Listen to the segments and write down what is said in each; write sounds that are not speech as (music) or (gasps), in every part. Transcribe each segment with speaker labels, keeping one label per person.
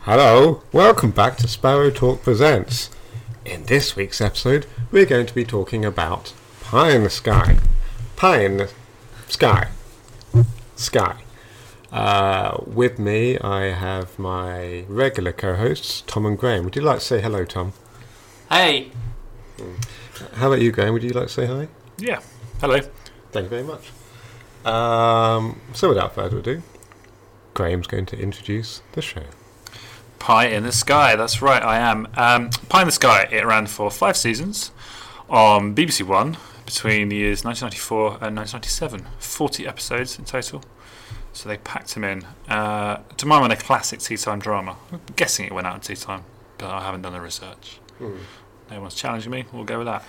Speaker 1: Hello, welcome back to Sparrow Talk Presents. In this week's episode, we're going to be talking about pie in the sky. Pie in the sky. Sky. Uh, with me, I have my regular co hosts, Tom and Graham. Would you like to say hello, Tom?
Speaker 2: Hey,
Speaker 1: How about you, Graham? Would you like to say hi?
Speaker 3: Yeah. Hello.
Speaker 1: Thank you very much. Um, so, without further ado, Graham's going to introduce the show.
Speaker 3: Pie in the Sky. That's right, I am. Um, Pie in the Sky. It ran for five seasons on BBC One between the years 1994 and 1997. 40 episodes in total. So they packed them in. Uh, to my mind, a classic tea time drama. I'm guessing it went out in tea time, but I haven't done the research. No one's challenging me. We'll go with that.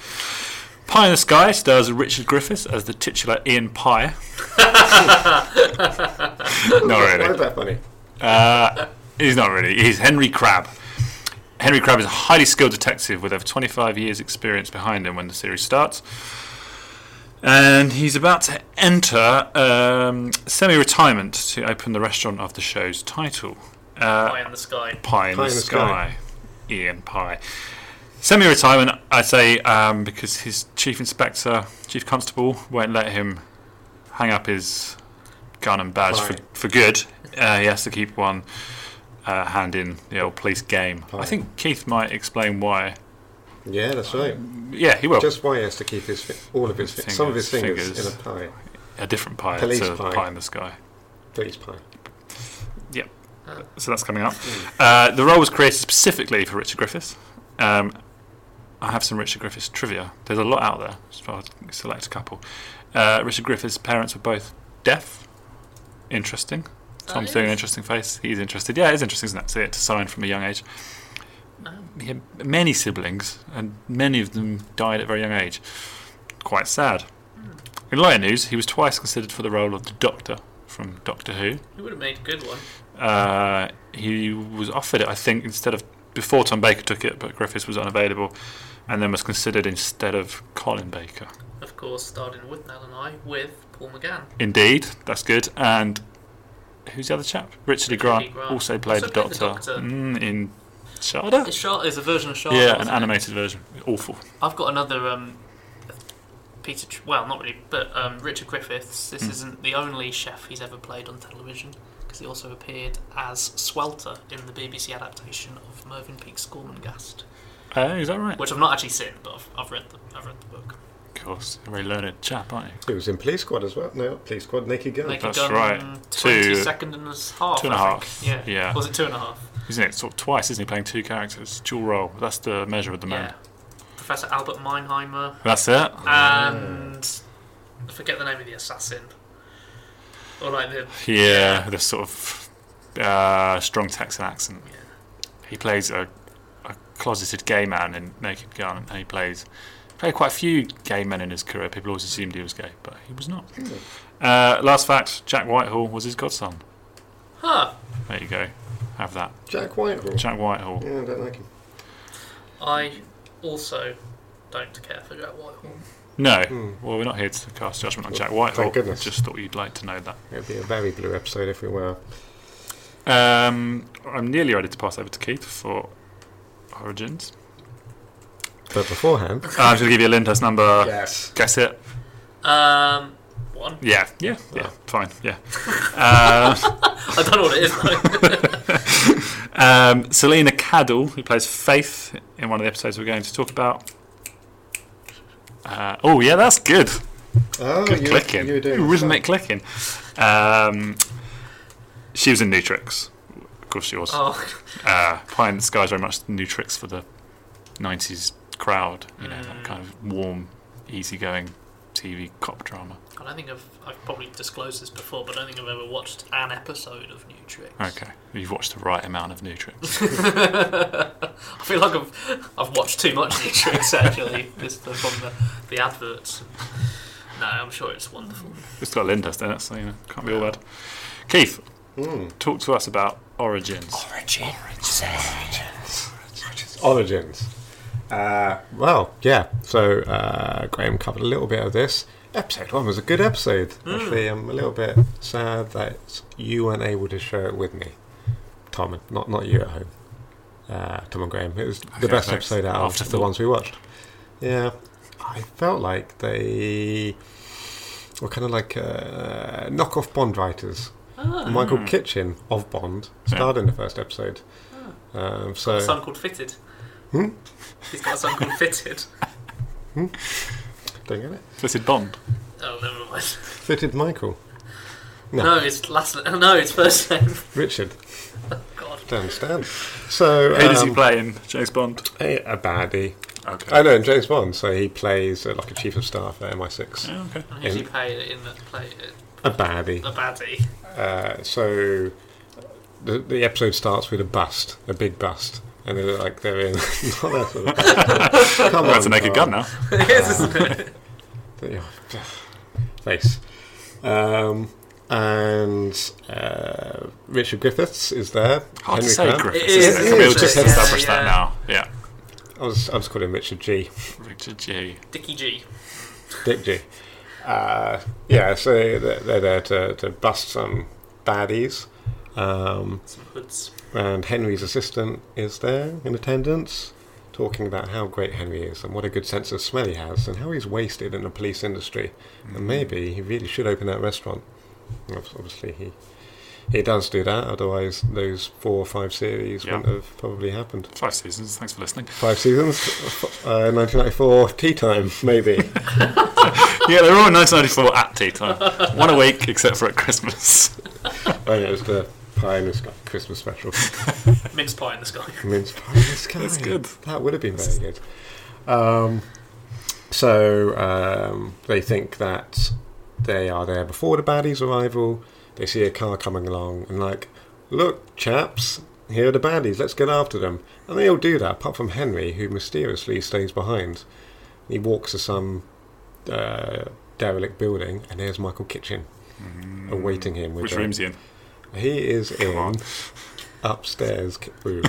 Speaker 3: Pie in the Sky stars Richard Griffiths as the titular Ian (laughs) Pie. Not really.
Speaker 1: Why is that funny?
Speaker 3: He's not really. He's Henry Crabb. Henry Crabb is a highly skilled detective with over 25 years' experience behind him when the series starts. And he's about to enter um, semi retirement to open the restaurant of the show's title
Speaker 2: pie in the sky.
Speaker 3: Pie in, the, sky. Ian Pie. Semi retirement, I say, um, because his chief inspector, chief constable, won't let him hang up his gun and badge for,
Speaker 1: Pie.
Speaker 3: for good. Uh, he has to keep one uh, hand in the old police game. I think Keith might explain why.
Speaker 1: Yeah, that's right.
Speaker 3: Yeah, he will.
Speaker 1: Just why he has to keep his fi- all of his fi- some of his
Speaker 3: Fingers,
Speaker 1: fingers,
Speaker 3: fingers.
Speaker 1: in a pie.
Speaker 3: a different pie
Speaker 1: Police
Speaker 3: to
Speaker 1: pie.
Speaker 3: pie. in the sky.
Speaker 1: Please pie.
Speaker 3: Yep. So that's coming up. Uh, the role was created specifically for Richard Griffiths. Um, I have some Richard Griffiths trivia. There's a lot out there, so I'll select a couple. Uh, Richard Griffiths' parents were both deaf. Interesting. Tom's doing an interesting face. He's interested. Yeah, it's interesting, isn't it? See, it's a sign from a young age.
Speaker 2: Um,
Speaker 3: He had many siblings, and many of them died at a very young age. Quite sad. In lighter news, he was twice considered for the role of the Doctor from Doctor Who.
Speaker 2: You would have made a good one.
Speaker 3: Uh, he was offered it, I think, instead of before Tom Baker took it, but Griffiths was unavailable, and then was considered instead of Colin Baker.
Speaker 2: Of course, starting with Nell and I with Paul McGann.
Speaker 3: Indeed, that's good. And who's the other chap? Richard E. Grant,
Speaker 2: E. Grant.
Speaker 3: also played
Speaker 2: Also
Speaker 3: the
Speaker 2: played the
Speaker 3: Doctor,
Speaker 2: Doctor.
Speaker 3: Mm, in Sharda.
Speaker 2: It's Charlotte. It's a version of Charlotte.
Speaker 3: Yeah, an
Speaker 2: isn't it?
Speaker 3: animated version. Awful.
Speaker 2: I've got another um, Peter. Tr- Well, not really, but um, Richard Griffiths. This isn't the only chef he's ever played on television because he also appeared as Swelter in the BBC adaptation of Mervyn Peake's Gormenghast,
Speaker 3: Uh, is that right?
Speaker 2: which I've not actually seen, but I've, I've read the I've read the book.
Speaker 3: Of course, a very learned chap, aren't you?
Speaker 1: He was in Police Squad as well. No, not Police Squad, Naked Gun.
Speaker 2: Naked
Speaker 3: That's
Speaker 2: Gun,
Speaker 3: right.
Speaker 2: Twenty
Speaker 3: Two-
Speaker 2: second and a half.
Speaker 3: two and a
Speaker 2: I think.
Speaker 3: half.
Speaker 2: Yeah.
Speaker 3: Yeah.
Speaker 2: Was it two and a half?
Speaker 3: He's in it sort of twice, isn't he? Playing two characters, dual role. That's the measure of the man. Oh.
Speaker 2: Yeah. Professor Albert Meinheimer
Speaker 3: That's it.
Speaker 2: and I forget the name of the assassin. Or like the
Speaker 3: Yeah, the sort of uh, strong Texan accent. He plays a, a closeted gay man in Naked Gun, and he plays played quite a few gay men in his career. People always assumed he was gay, but he was not. Uh, last fact: Jack Whitehall was his godson.
Speaker 2: huh.
Speaker 3: There you go. Have that,
Speaker 1: Jack Whitehall.
Speaker 3: Jack Whitehall.
Speaker 1: yeah, I don't like him.
Speaker 2: I also don't care for Jack Whitehall.
Speaker 3: No, well, we're not here to cast judgment on Jack Whitehall.
Speaker 1: goodness.
Speaker 3: Just thought you'd like to know that.
Speaker 1: It'd be a very blue episode if we were.
Speaker 3: Um, I'm nearly ready to pass over to Keith for origins.
Speaker 1: But beforehand,
Speaker 3: Uh, I'm just going to give you a Lindhurst number.
Speaker 1: yes,
Speaker 3: Guess it.
Speaker 2: Um one.
Speaker 3: Yeah, yeah, yeah. Fine, yeah.
Speaker 2: I don't know what it is
Speaker 3: (laughs)
Speaker 2: though.
Speaker 3: Um, Selena Caddle, who plays Faith in one of the episodes we're going to talk about. Uh, oh, yeah, that's good.
Speaker 1: oh,
Speaker 3: Good
Speaker 1: you,
Speaker 3: clicking.
Speaker 1: You were doing
Speaker 3: Rhythmic clicking. Um, she was in Nutrix. Of course she was.
Speaker 2: oh
Speaker 3: Uh, Pie in the Sky is very much Nutrix for the 90s crowd. You know, that kind of warm, easygoing TV cop drama.
Speaker 2: I don't think I've I've probably disclosed this before, but I don't think I've ever watched an episode of New Tricks.
Speaker 3: Okay, you've watched the right amount of
Speaker 2: (laughs)
Speaker 3: Nutrix.
Speaker 2: I feel like I've I've watched too much New Tricks actually, (laughs) just the- from the, the adverts. No, I'm sure it's wonderful.
Speaker 3: it's got Lindhurst in it, so you know, can't be all bad. Keith,
Speaker 1: Hmm.
Speaker 3: talk to us about Origins.
Speaker 1: Origins. Uh, well, yeah. So uh, Graham covered a little bit of this. Episode one was a good
Speaker 3: Hmm.
Speaker 1: episode. Actually, I'm a little bit sad that you weren't able to share it with me. Tom, and- not not you at home. Uh, Tom and Graham. It was
Speaker 3: Okay,
Speaker 1: the best
Speaker 3: thanks.
Speaker 1: episode out of the
Speaker 3: Afterthought.
Speaker 1: ones we watched. Yeah, I felt like they were kind of like uh, knockoff Bond writers.
Speaker 2: Ah,
Speaker 1: Michael
Speaker 3: Mm.
Speaker 1: Kitchen of Bond
Speaker 3: Yeah.
Speaker 1: starred in the first episode.
Speaker 2: ah.
Speaker 1: Um,
Speaker 2: Got
Speaker 1: so
Speaker 2: a son called Fitted.
Speaker 1: Hmm?
Speaker 2: He's got a son called Fitted.
Speaker 1: don't get it.
Speaker 3: Fitted Bond.
Speaker 2: Oh, never mind.
Speaker 1: Fitted Michael, No.
Speaker 2: No, it's last. oh, No, it's first name.
Speaker 1: Richard,
Speaker 2: God.
Speaker 1: don't stand. So
Speaker 3: Who does he
Speaker 1: um,
Speaker 3: play in James Bond?
Speaker 1: a, a baddie.
Speaker 3: Okay.
Speaker 1: I know in James Bond, so he plays uh, like a chief of staff at MI6.
Speaker 3: Yeah, okay.
Speaker 2: And who's he played in that play?
Speaker 1: A baddie.
Speaker 2: A baddie.
Speaker 1: Uh, so the, the episode starts with a bust, a big bust, and they look like they're in. (laughs) not that sort
Speaker 3: (laughs)
Speaker 1: of bust. Come
Speaker 3: I'm about to make a
Speaker 1: Tom.
Speaker 3: gun now.
Speaker 2: It is, isn't it?
Speaker 1: Yeah. (sighs) face. Um, and uh, Richard Griffiths is there.
Speaker 3: Hard to
Speaker 1: Henry
Speaker 3: say,
Speaker 1: Cavill.
Speaker 3: Griffiths.
Speaker 2: It is,
Speaker 3: isn't it?
Speaker 1: it
Speaker 3: We'll
Speaker 1: is,
Speaker 3: just
Speaker 1: yeah,
Speaker 3: establish
Speaker 2: yeah.
Speaker 3: that now. Yeah.
Speaker 1: I was I was calling him Richard G.
Speaker 3: Richard G.
Speaker 2: Dickie G.
Speaker 1: Dick G. Uh, yeah, so they're, they're there to, to bust some baddies. Um,
Speaker 2: Some hoods.
Speaker 1: and Henry's assistant is there in attendance, talking about how great Henry is and what a good sense of smell he has and how he's wasted in the police industry. And maybe he really should open that restaurant. Ob- Obviously, he he does do that. Otherwise, those four or five series
Speaker 3: Yeah.
Speaker 1: wouldn't have probably happened.
Speaker 3: Five seasons. Thanks for listening.
Speaker 1: Five seasons, f- uh, 1994 tea time, maybe.
Speaker 3: yeah, they were all in 1994 at tea time. One a week, except for at Christmas.
Speaker 1: oh, yeah, it was the pie in the sky Christmas special.
Speaker 2: Mince pie in the sky.
Speaker 1: Mince pie in the sky.
Speaker 3: (laughs) That's good.
Speaker 1: That would have been very good. Um, so um, they think that they are there before the baddies' arrival. They see a car coming along and like, look, chaps, here are the baddies. Let's get after them. And they all do that, apart from Henry, who mysteriously stays behind. He walks to some uh, derelict building, and there's Michael Kitchen Mm. awaiting him. With
Speaker 3: Hmm. Which
Speaker 1: a-
Speaker 3: room's he in?
Speaker 1: he is in
Speaker 3: on.
Speaker 1: upstairs ki- room,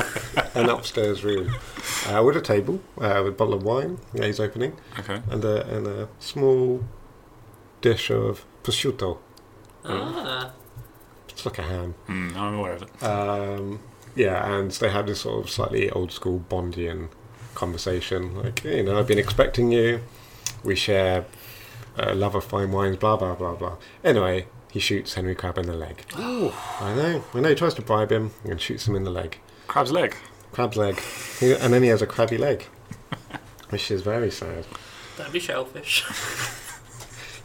Speaker 1: (laughs) an upstairs room uh, with a table uh, with a bottle of wine that he's opening
Speaker 3: Okay.
Speaker 1: and a, and a small dish of prosciutto. Hmm.
Speaker 2: Ah.
Speaker 1: It's like a ham.
Speaker 3: Hmm, I'm aware of it.
Speaker 1: Um, yeah, and they have this sort of slightly old school Bondian conversation, like you know, I've been expecting you. We share a love of fine wines, blah blah blah blah. Anyway, he shoots Henry Crab in the
Speaker 3: (gasps)
Speaker 1: leg. I know, I know. He tries to bribe him and shoots him in the leg.
Speaker 3: Crab's leg.
Speaker 1: crab's leg, He- and then he has a crabby
Speaker 3: (laughs)
Speaker 1: leg, which is very sad.
Speaker 2: Don't be shellfish.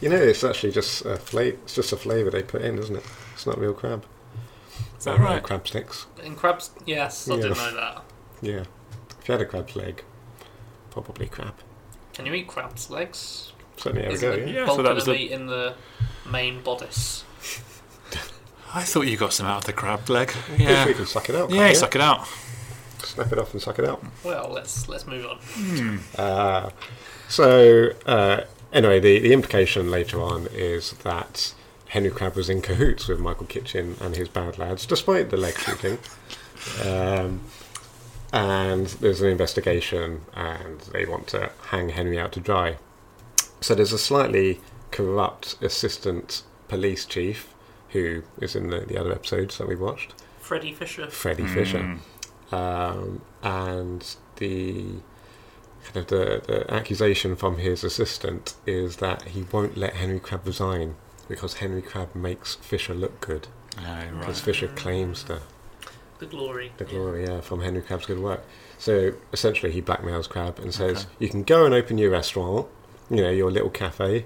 Speaker 1: You know, it's actually just a flavor. It's just a flavor they put in, isn't it? It's not real crab.
Speaker 3: Is that right?
Speaker 1: Crab sticks.
Speaker 2: And crabs. Yes, I
Speaker 1: Yeah.
Speaker 2: didn't know that.
Speaker 1: Yeah. If you had a crab's leg, probably crab.
Speaker 2: Can you eat crab's legs?
Speaker 1: Certainly, there we
Speaker 2: Is
Speaker 1: go.
Speaker 2: it
Speaker 1: Yeah.
Speaker 2: the
Speaker 3: yeah. Yeah, so
Speaker 2: bulk
Speaker 3: that
Speaker 2: of
Speaker 3: was
Speaker 2: the
Speaker 3: the-
Speaker 2: meat in the main bodice?
Speaker 3: I thought you got some out of the crab leg.
Speaker 1: If
Speaker 3: Yeah.
Speaker 1: we can suck it out.
Speaker 3: Yeah,
Speaker 1: can't we?
Speaker 3: you suck it out.
Speaker 1: Snap it off and suck it out.
Speaker 2: Well, let's let's move on.
Speaker 1: Uh, so uh, anyway, the, the implication later on is that Henry Crabb was in cahoots with Michael Kitchen and his bad lads, despite the leg shooting. Um, and there's an investigation, and they want to hang Henry out to dry. So there's a slightly corrupt assistant police chief who is in the, the other episodes that we watched,
Speaker 2: Freddie Fisher.
Speaker 1: Freddie Fisher
Speaker 3: Mm.
Speaker 1: um, and the kind of the, the accusation from his assistant is that he won't let Henry Crabb resign because Henry Crabb makes Fisher look good
Speaker 3: Yeah,
Speaker 1: because
Speaker 3: right.
Speaker 1: Fisher claims the,
Speaker 2: The glory.
Speaker 1: the
Speaker 2: Yeah.
Speaker 1: glory yeah, from Henry Crabb's good work. So essentially, he blackmails Crabb and says,
Speaker 3: Okay.
Speaker 1: "You can go and open your restaurant, you know, your little cafe,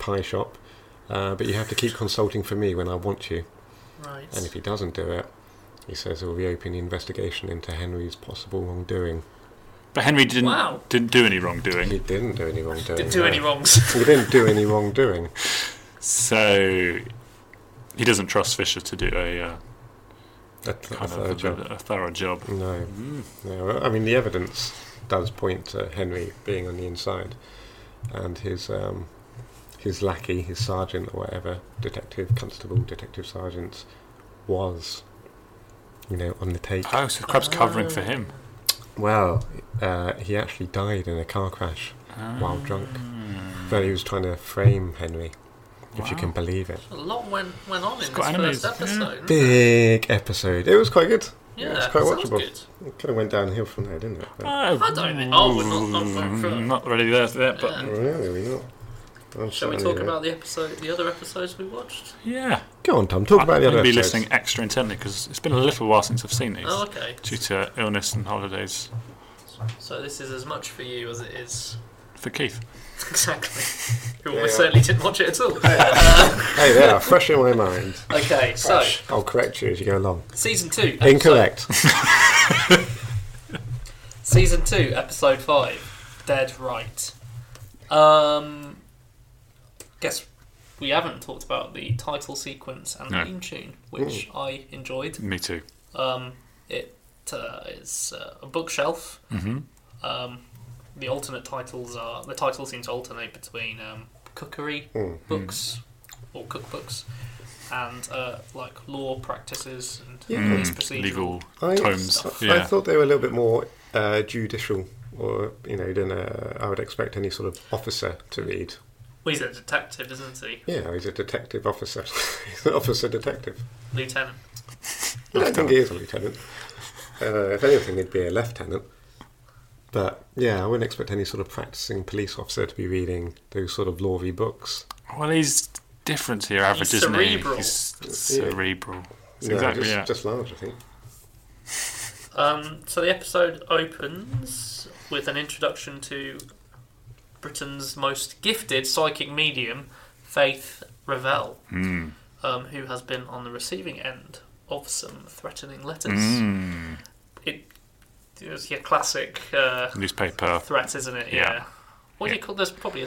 Speaker 1: pie shop." Uh, but you have to keep consulting for me when I want you.
Speaker 2: Right.
Speaker 1: And if he doesn't do it, he says he'll reopen the investigation into Henry's possible wrongdoing.
Speaker 3: But Henry didn't
Speaker 2: Wow.
Speaker 3: didn't do any wrongdoing.
Speaker 1: He didn't do any wrongdoing.
Speaker 2: Didn't do
Speaker 1: no.
Speaker 2: any wrongs.
Speaker 1: He didn't do any wrongdoing.
Speaker 3: So he doesn't trust Fisher to do a uh,
Speaker 1: That's
Speaker 3: kind
Speaker 1: that's
Speaker 3: of
Speaker 1: our
Speaker 3: a,
Speaker 1: job.
Speaker 3: a thorough job.
Speaker 1: No,
Speaker 3: Mm.
Speaker 1: no. I mean, the evidence does point to Henry being on the inside, and his um, his lackey, his sergeant or whatever, detective, constable, detective sergeant, was, you know, on the take.
Speaker 3: Oh, so Crab's covering for him.
Speaker 1: Well, uh, he actually died in a car crash while drunk.
Speaker 3: Ah.
Speaker 1: But he was trying to frame Henry. if you can believe it.
Speaker 2: A lot went, went on in
Speaker 3: got
Speaker 2: this
Speaker 3: enemies.
Speaker 2: first episode.
Speaker 1: Big episode. It was quite good.
Speaker 2: Yeah,
Speaker 1: it was quite
Speaker 2: sounds
Speaker 1: watchable.
Speaker 2: good. Mm.
Speaker 1: It kind of went downhill from there, didn't it? But-
Speaker 2: I don't think. Oh, we're not, not very sure.
Speaker 3: not ready there for that, but
Speaker 2: Yeah.
Speaker 1: Really, we not. I'm
Speaker 2: Shall we
Speaker 1: sorry,
Speaker 2: talk
Speaker 1: yeah.
Speaker 2: about the episode, the other episodes we watched?
Speaker 3: yeah.
Speaker 1: Go on, Tom. Talk about the
Speaker 3: I'm
Speaker 1: other
Speaker 3: going to be
Speaker 1: episodes.
Speaker 3: listening extra intently because it's been a little while since I've seen these
Speaker 2: Oh, okay.
Speaker 3: due to illness and holidays
Speaker 2: So this is as much for you as it is (laughs)
Speaker 3: for Keith.
Speaker 1: (laughs)
Speaker 2: exactly. Who
Speaker 1: Yeah.
Speaker 2: almost certainly didn't watch it at all.
Speaker 1: Hey there, fresh in my mind.
Speaker 2: okay, (laughs) so
Speaker 1: I'll correct you as you go
Speaker 3: (laughs)
Speaker 1: along.
Speaker 2: season two. episode-
Speaker 1: Incorrect.
Speaker 2: Season two, episode five. Dead right. Um, guess we haven't talked about the title sequence and
Speaker 3: No.
Speaker 2: theme tune, which I enjoyed.
Speaker 3: Me too.
Speaker 2: Um, it uh, is uh, a bookshelf. Mm-hmm. Um, the alternate titles are the titles seem to alternate between um, cookery books or cookbooks and uh, like law practices and police procedural.
Speaker 3: Hmm. Mm. Legal
Speaker 1: I,
Speaker 3: tomes.
Speaker 1: I
Speaker 3: yeah.
Speaker 1: thought they were a little bit more uh, judicial, or you know, than uh, I would expect any sort of officer to read.
Speaker 2: Well, he's a detective, isn't he?
Speaker 1: Yeah, he's a detective officer. (laughs) he's an officer detective.
Speaker 2: Lieutenant.
Speaker 1: I don't think he is a lieutenant. Uh, if anything, he'd be a lieutenant. But yeah, I wouldn't expect any sort of practicing police officer to be reading those sort of lawy books.
Speaker 3: well, he's different to your average,
Speaker 2: He's
Speaker 3: isn't
Speaker 2: cerebral.
Speaker 3: he? He's
Speaker 1: Yeah.
Speaker 3: cerebral.
Speaker 1: No,
Speaker 3: exactly,
Speaker 1: just,
Speaker 3: yeah.
Speaker 1: just large, I think.
Speaker 2: Um, so the episode opens with an introduction to Britain's most gifted psychic medium, Faith Revell,
Speaker 3: Mm.
Speaker 2: um, who has been on the receiving end of some threatening letters.
Speaker 3: Mm.
Speaker 2: It, it was your classic uh,
Speaker 3: Newspaper.
Speaker 2: threat, isn't it?
Speaker 3: Yeah.
Speaker 2: What do
Speaker 3: Yeah.
Speaker 2: you call? There's probably a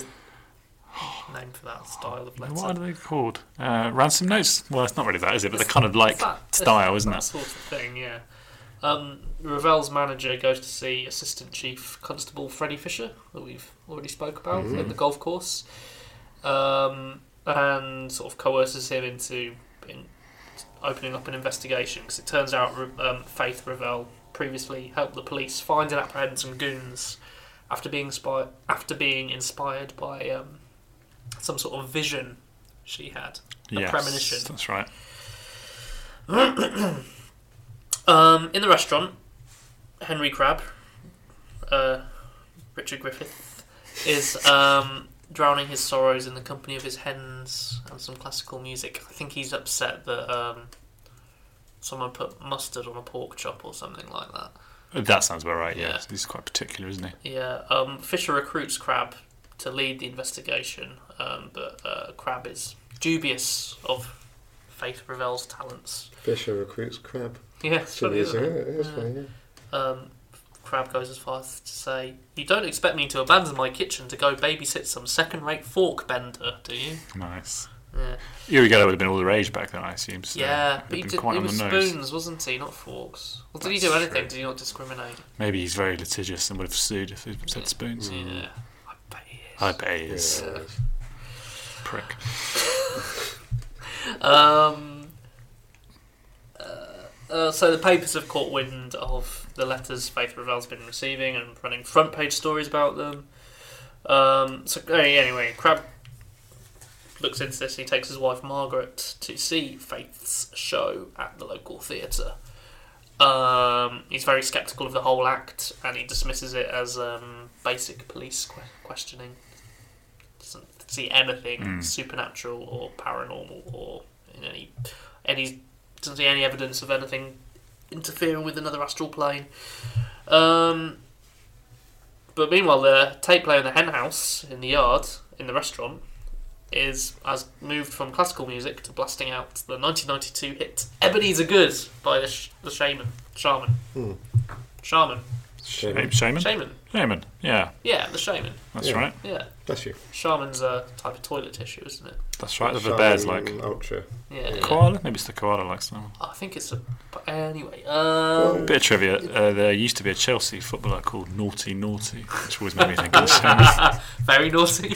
Speaker 2: name for that style of letter.
Speaker 3: What are they called? Uh, ransom notes? Well, it's not really that, is it? But they're
Speaker 2: It's-
Speaker 3: kind of like
Speaker 2: It's that-
Speaker 3: style,
Speaker 2: it's
Speaker 3: isn't
Speaker 2: that
Speaker 3: it?
Speaker 2: sort of thing, yeah. Um, Ravel's manager goes to see Assistant Chief Constable Freddie Fisher, that we've already spoke about
Speaker 3: Mm-hmm.
Speaker 2: at the golf course, um, and sort of coerces him into in opening up an investigation because it turns out Re- um, Faith Ravel previously helped the police find and apprehend some goons after being spy- after being inspired by um, some sort of vision she had, a
Speaker 3: Yes,
Speaker 2: premonition.
Speaker 3: That's right.
Speaker 2: Um, in the restaurant, Henry Crab, uh, Richard Griffith, is um, drowning his sorrows in the company of his hens and some classical music. I think he's upset that um, someone put mustard on a pork chop or something like that.
Speaker 3: That sounds about right, yeah.
Speaker 2: Yeah.
Speaker 3: He's quite particular, isn't he?
Speaker 2: Yeah, um, Fisher recruits Crab to lead the investigation, um, but uh, Crab is dubious of Faith Revell's talents. (laughs)
Speaker 1: Fisher recruits crab.
Speaker 2: Yeah, it's funny, isn't it?
Speaker 1: Absolutely.
Speaker 2: Um, Crab goes as far as to say, "You don't expect me to abandon my kitchen to go babysit some second-rate fork bender, do you?"
Speaker 3: Nice.
Speaker 2: Yeah,
Speaker 3: Irigato would have been all the rage back then, I assume. So
Speaker 2: yeah.
Speaker 3: it'd
Speaker 2: But he,
Speaker 3: been
Speaker 2: did,
Speaker 3: quite
Speaker 2: he
Speaker 3: on
Speaker 2: was
Speaker 3: the nose.
Speaker 2: spoons, wasn't he? Not forks. Well, did he do
Speaker 3: That's
Speaker 2: anything?
Speaker 3: true.
Speaker 2: Did he not discriminate?
Speaker 3: Maybe he's very litigious and would have sued if he said spoons.
Speaker 2: Yeah, I bet he is.
Speaker 3: I bet he is.
Speaker 1: Yeah.
Speaker 3: Prick.
Speaker 2: Um, uh, uh, so the papers have caught wind of the letters Faith Revel's been receiving and running front page stories about them. Um, so uh, anyway, Crab looks into this. He takes his wife Margaret to see Faith's show at the local theatre. Um, he's very sceptical of the whole act, and he dismisses it as um, basic police que- questioning doesn't see anything supernatural or paranormal or in any any doesn't see any evidence of anything interfering with another astral plane. Um, but meanwhile, the tape player in the hen house in the yard in the restaurant is has moved from classical music to blasting out the 1992 hit "Ebenezer Good" by the, sh- the shaman shaman shaman
Speaker 1: Shame.
Speaker 3: Shaman? Shaman?
Speaker 2: shaman.
Speaker 3: Shaman. Yeah,
Speaker 2: Yeah, the shaman.
Speaker 3: that's
Speaker 1: Yeah.
Speaker 3: right.
Speaker 2: Yeah,
Speaker 1: Bless you.
Speaker 2: shaman's a type of toilet tissue, isn't it?
Speaker 3: That's right. The bear's like
Speaker 1: Shine Ultra.
Speaker 2: Yeah, yeah.
Speaker 3: koala. Maybe it's the koala likes them.
Speaker 2: I think it's a. But anyway, um,
Speaker 3: Bit of trivia. Uh, there used to be a Chelsea footballer called Naughty Naughty, which always made me think of Shaman.
Speaker 2: (laughs) very naughty.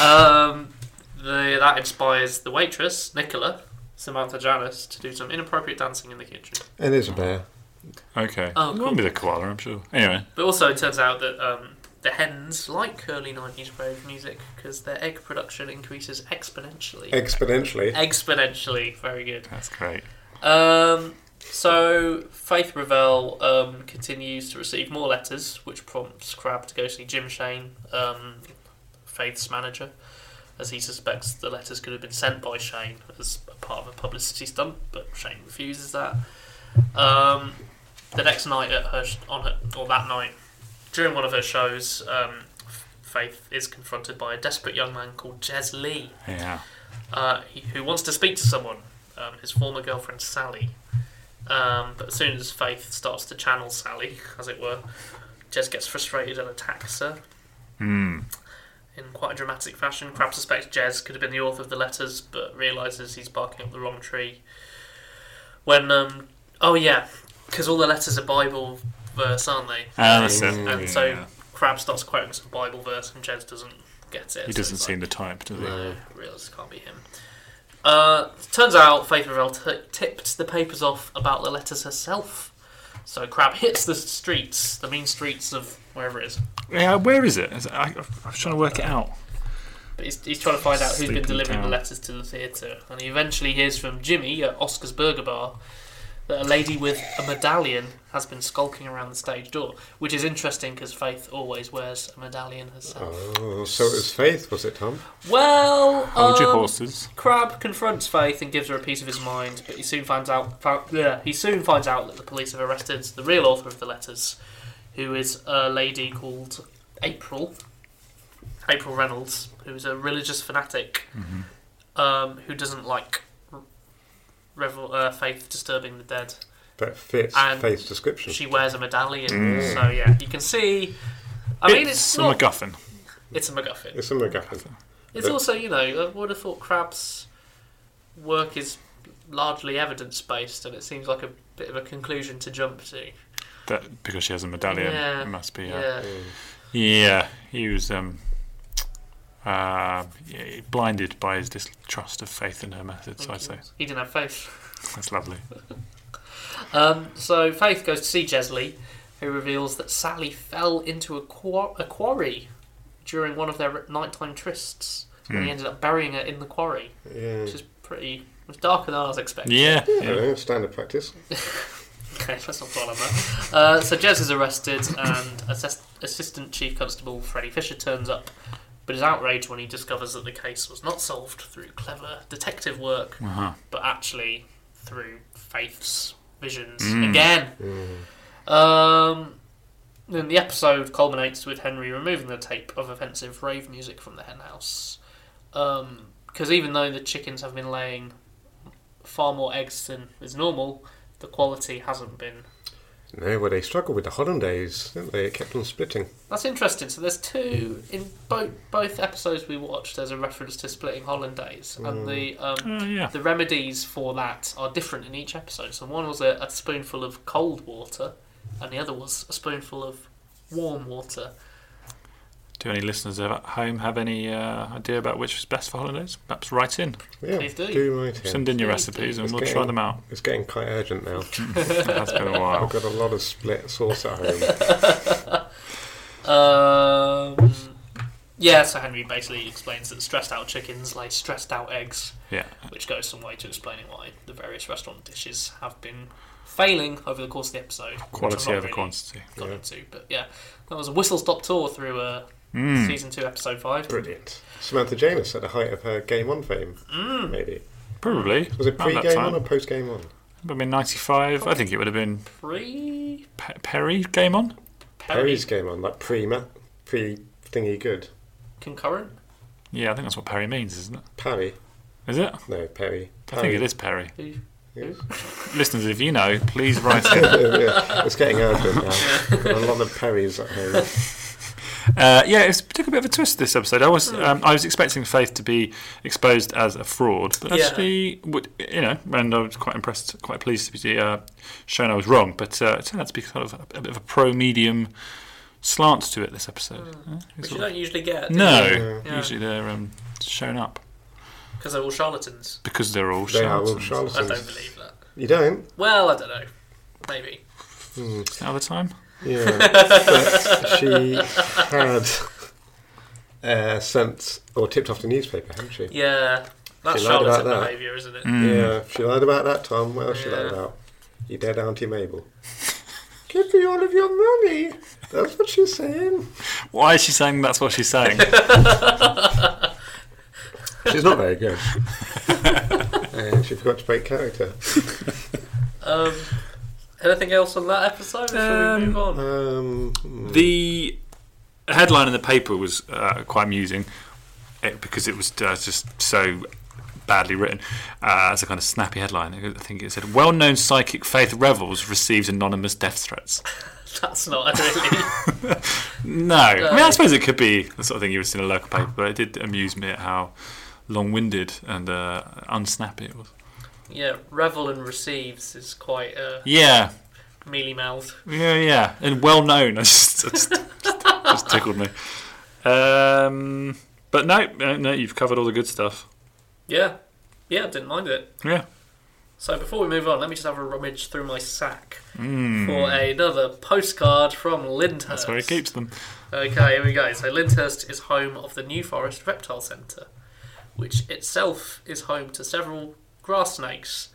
Speaker 2: um, the, that inspires the waitress Nicola Samantha Janus to do some inappropriate dancing in the kitchen.
Speaker 1: And there's a bear.
Speaker 3: Okay.
Speaker 2: Oh,
Speaker 3: It won't be the koala, I'm sure. Anyway,
Speaker 2: But also, it turns out that um, The hens like early 90s rave music because their egg production increases exponentially.
Speaker 1: Exponentially.
Speaker 2: exponentially. Very good.
Speaker 3: That's great.
Speaker 2: Um, so, Faith Revell um, continues to receive more letters, which prompts Crab to go see Jim Shane, um, Faith's manager, as he suspects the letters could have been sent by Shane as a part of a publicity stunt, but Shane refuses that. Um, the next night at her sh- on her, or that night during one of her shows, um, Faith is confronted by a desperate young man called Jez Lee
Speaker 3: Yeah.
Speaker 2: uh, who wants to speak to someone, um, his former girlfriend Sally. Um, but as soon as Faith starts to channel Sally, as it were, Jez gets frustrated and attacks her.
Speaker 3: Hmm.
Speaker 2: In quite a dramatic fashion, Crab suspects Jez could have been the author of the letters, but realizes he's barking up the wrong tree. When, um, oh yeah, because all the letters are Bible verse, aren't they?
Speaker 3: Ah, that's it.
Speaker 2: And so
Speaker 3: Yeah.
Speaker 2: Crab starts quoting some Bible verse, and Jez doesn't get it.
Speaker 3: He
Speaker 2: so
Speaker 3: doesn't
Speaker 2: it's like-
Speaker 3: seem the type, does he?
Speaker 2: no, realise it can't be him. Uh, turns out Faith Revell t- tipped the papers off about the letters herself. So Crab hits the streets, the mean streets of wherever it is.
Speaker 3: Yeah. Where is it? Is it- I, I was trying to work it out.
Speaker 2: But he's, he's trying to find out who's been
Speaker 3: Sleeping
Speaker 2: delivering the
Speaker 3: town.
Speaker 2: letters to the theatre. And he eventually hears from Jimmy at Oscar's Burger Bar that a lady with a medallion has been skulking around the stage door, which is interesting because Faith always wears a medallion herself.
Speaker 1: Oh, so it was faith, was it, Tom?
Speaker 2: Well,
Speaker 3: Oh. Hold your
Speaker 2: um,
Speaker 3: horses.
Speaker 2: Crab confronts Faith and gives her a piece of his mind, but he soon finds out. Found, yeah, he soon finds out that the police have arrested the real author of the letters, who is a lady called April, April Reynolds, who is a religious fanatic um, who doesn't like r- revel, uh, Faith disturbing the dead.
Speaker 1: That fits
Speaker 2: And
Speaker 1: faith's description.
Speaker 2: She wears a medallion, so yeah, you can see. I mean, it's,
Speaker 3: a
Speaker 2: not.
Speaker 3: MacGuffin.
Speaker 2: it's a MacGuffin.
Speaker 1: it's a MacGuffin.
Speaker 2: It's also, you know, I would have thought Crab's work is largely evidence based, and it seems like a bit of a conclusion to jump to.
Speaker 3: That because she has a medallion,
Speaker 2: Yeah.
Speaker 3: it must be. Uh,
Speaker 2: Yeah,
Speaker 1: Mm.
Speaker 3: Yeah, he was um, uh, yeah, blinded by his distrust of faith in her methods. I'd say
Speaker 2: he didn't have faith.
Speaker 3: that's lovely.
Speaker 2: Um, so Faith goes to see Jesley, who reveals that Sally fell into a, quar- a quarry during one of their nighttime trysts, and he ended up burying her in the quarry,
Speaker 1: Yeah.
Speaker 2: which is pretty. It was darker than I was expecting.
Speaker 3: Yeah,
Speaker 1: I don't know, standard practice.
Speaker 2: Okay, let's not dwell on that. Uh, so Jez is arrested, and assess- Assistant Chief Constable Freddie Fisher turns up, but is outraged when he discovers that the case was not solved through clever detective work,
Speaker 3: Uh-huh.
Speaker 2: but actually through Faith's visions again. Um, then the episode culminates with Henry removing the tape of offensive rave music from the hen house. Because even though the chickens have been laying far more eggs than is normal, the quality hasn't been.
Speaker 1: No, well, they struggled with the Hollandaise, didn't they? It kept on splitting.
Speaker 2: That's interesting. So there's two in both both episodes we watched. There's a reference to splitting hollandaise, and the um,
Speaker 3: Uh, yeah.
Speaker 2: the remedies for that are different in each episode. So one was a, a spoonful of cold water, and the other was a spoonful of warm water.
Speaker 3: Do any listeners at home have any uh, idea about which is best for holidays? Perhaps write in,
Speaker 1: Yeah,
Speaker 2: Please do.
Speaker 1: my thing.
Speaker 3: send in your
Speaker 2: Please
Speaker 3: recipes,
Speaker 2: do.
Speaker 3: and
Speaker 1: It's
Speaker 3: we'll
Speaker 1: getting-
Speaker 3: try
Speaker 1: (laughs)
Speaker 3: them out.
Speaker 1: It's getting quite urgent
Speaker 3: (laughs)
Speaker 1: now.
Speaker 3: That's been a while.
Speaker 1: I've got a lot of split sauce at
Speaker 2: (laughs)
Speaker 1: home.
Speaker 2: Um, yeah, so Henry basically explains that stressed out chickens lay stressed out eggs,
Speaker 3: Yeah,
Speaker 2: which goes some way to explaining why the various restaurant dishes have been failing over the course of the episode. which I've
Speaker 3: quality
Speaker 2: not
Speaker 3: over
Speaker 2: really
Speaker 3: quantity.
Speaker 2: Got
Speaker 1: Yeah.
Speaker 2: into, but yeah, that was a whistle stop tour through uh,
Speaker 3: Mm.
Speaker 2: season two, episode five.
Speaker 1: Brilliant. Samantha Janus at the height of her Game On fame,
Speaker 2: Mm.
Speaker 1: maybe.
Speaker 3: Probably.
Speaker 1: Was it
Speaker 3: around that
Speaker 1: pre-Game
Speaker 3: time.
Speaker 1: On or post-Game On?
Speaker 3: Would have been 95. I think it would have been
Speaker 2: Pre
Speaker 3: Pe- Perry game on.
Speaker 1: Perry's Game On, like pre-ma- pre-thingy good.
Speaker 2: concurrent.
Speaker 3: Yeah, I think that's what Perry means, isn't it?
Speaker 1: Parry?
Speaker 3: Is it?
Speaker 1: No, Perry.
Speaker 3: I think it is Perry.
Speaker 2: Who-
Speaker 1: Yes.
Speaker 3: Listeners, if you know, please write
Speaker 1: (laughs)
Speaker 3: in.
Speaker 1: yeah, it's getting urgent now.
Speaker 2: (laughs)
Speaker 1: I've got a lot of Perrys at home.
Speaker 3: Uh, yeah, it took a bit of a twist this episode. I
Speaker 2: Hmm.
Speaker 3: was um, I was expecting Faith to be exposed as a fraud, but
Speaker 2: Yeah.
Speaker 3: actually, would, you know, and I was quite impressed, quite pleased to be uh, shown I was wrong. But uh, it turned out to be kind of a, a bit of a pro medium slant to it this episode. Yeah, it's
Speaker 2: Which Hmm. you
Speaker 3: all-
Speaker 2: don't usually get.
Speaker 3: no,
Speaker 2: Yeah.
Speaker 3: usually they're um, shown up
Speaker 2: Because they're all charlatans.
Speaker 3: because they're all
Speaker 1: They are all
Speaker 3: charlatans.
Speaker 2: I don't
Speaker 1: charlatans.
Speaker 2: believe that.
Speaker 1: You don't?
Speaker 2: Well, I don't know. Maybe.
Speaker 3: Now the time.
Speaker 1: Yeah. but she had uh, sent or tipped off the newspaper, hadn't she?
Speaker 2: Yeah, that's
Speaker 1: She lied about
Speaker 2: Charlotte's
Speaker 1: that.
Speaker 2: behaviour, isn't it?
Speaker 3: Mm. Hmm.
Speaker 1: Yeah, she lied about that, Tom. What else she lied
Speaker 2: Yeah.
Speaker 1: about? You dead Auntie Mabel. Give me all of your money. That's what she's saying.
Speaker 3: Why is she saying that's what
Speaker 2: (laughs)
Speaker 3: she's saying?
Speaker 1: She's not very
Speaker 3: (laughs)
Speaker 1: good. and she forgot to break character.
Speaker 2: Um, anything else on that episode? Or shall we move on? (laughs)
Speaker 1: Um, mm,
Speaker 3: the headline in the paper was uh, quite amusing eh, because it was uh, just so badly written. Uh, it's a kind of snappy headline. I think it said, "Well known psychic Faith Revels receives anonymous death threats."
Speaker 2: That's not really.
Speaker 3: No, I mean I suppose it could be the sort of thing you would see in a local paper, but it did amuse me at how long-winded and uh, unsnappy it was.
Speaker 2: yeah, revel and receives is quite uh,
Speaker 3: Yeah,
Speaker 2: mealy mouthed.
Speaker 3: Yeah, yeah, and well (laughs) known. I just, I just, just tickled me. Um, but no, no, no, you've covered all the good stuff.
Speaker 2: Yeah, yeah, didn't mind it.
Speaker 3: Yeah,
Speaker 2: So before we move on, let me just have a rummage through my sack for another postcard from Lyndhurst.
Speaker 3: Hmm. that's where he keeps them.
Speaker 2: Okay, here we go. So Lyndhurst is home of the New Forest Reptile Centre, which itself is home to several grass snakes.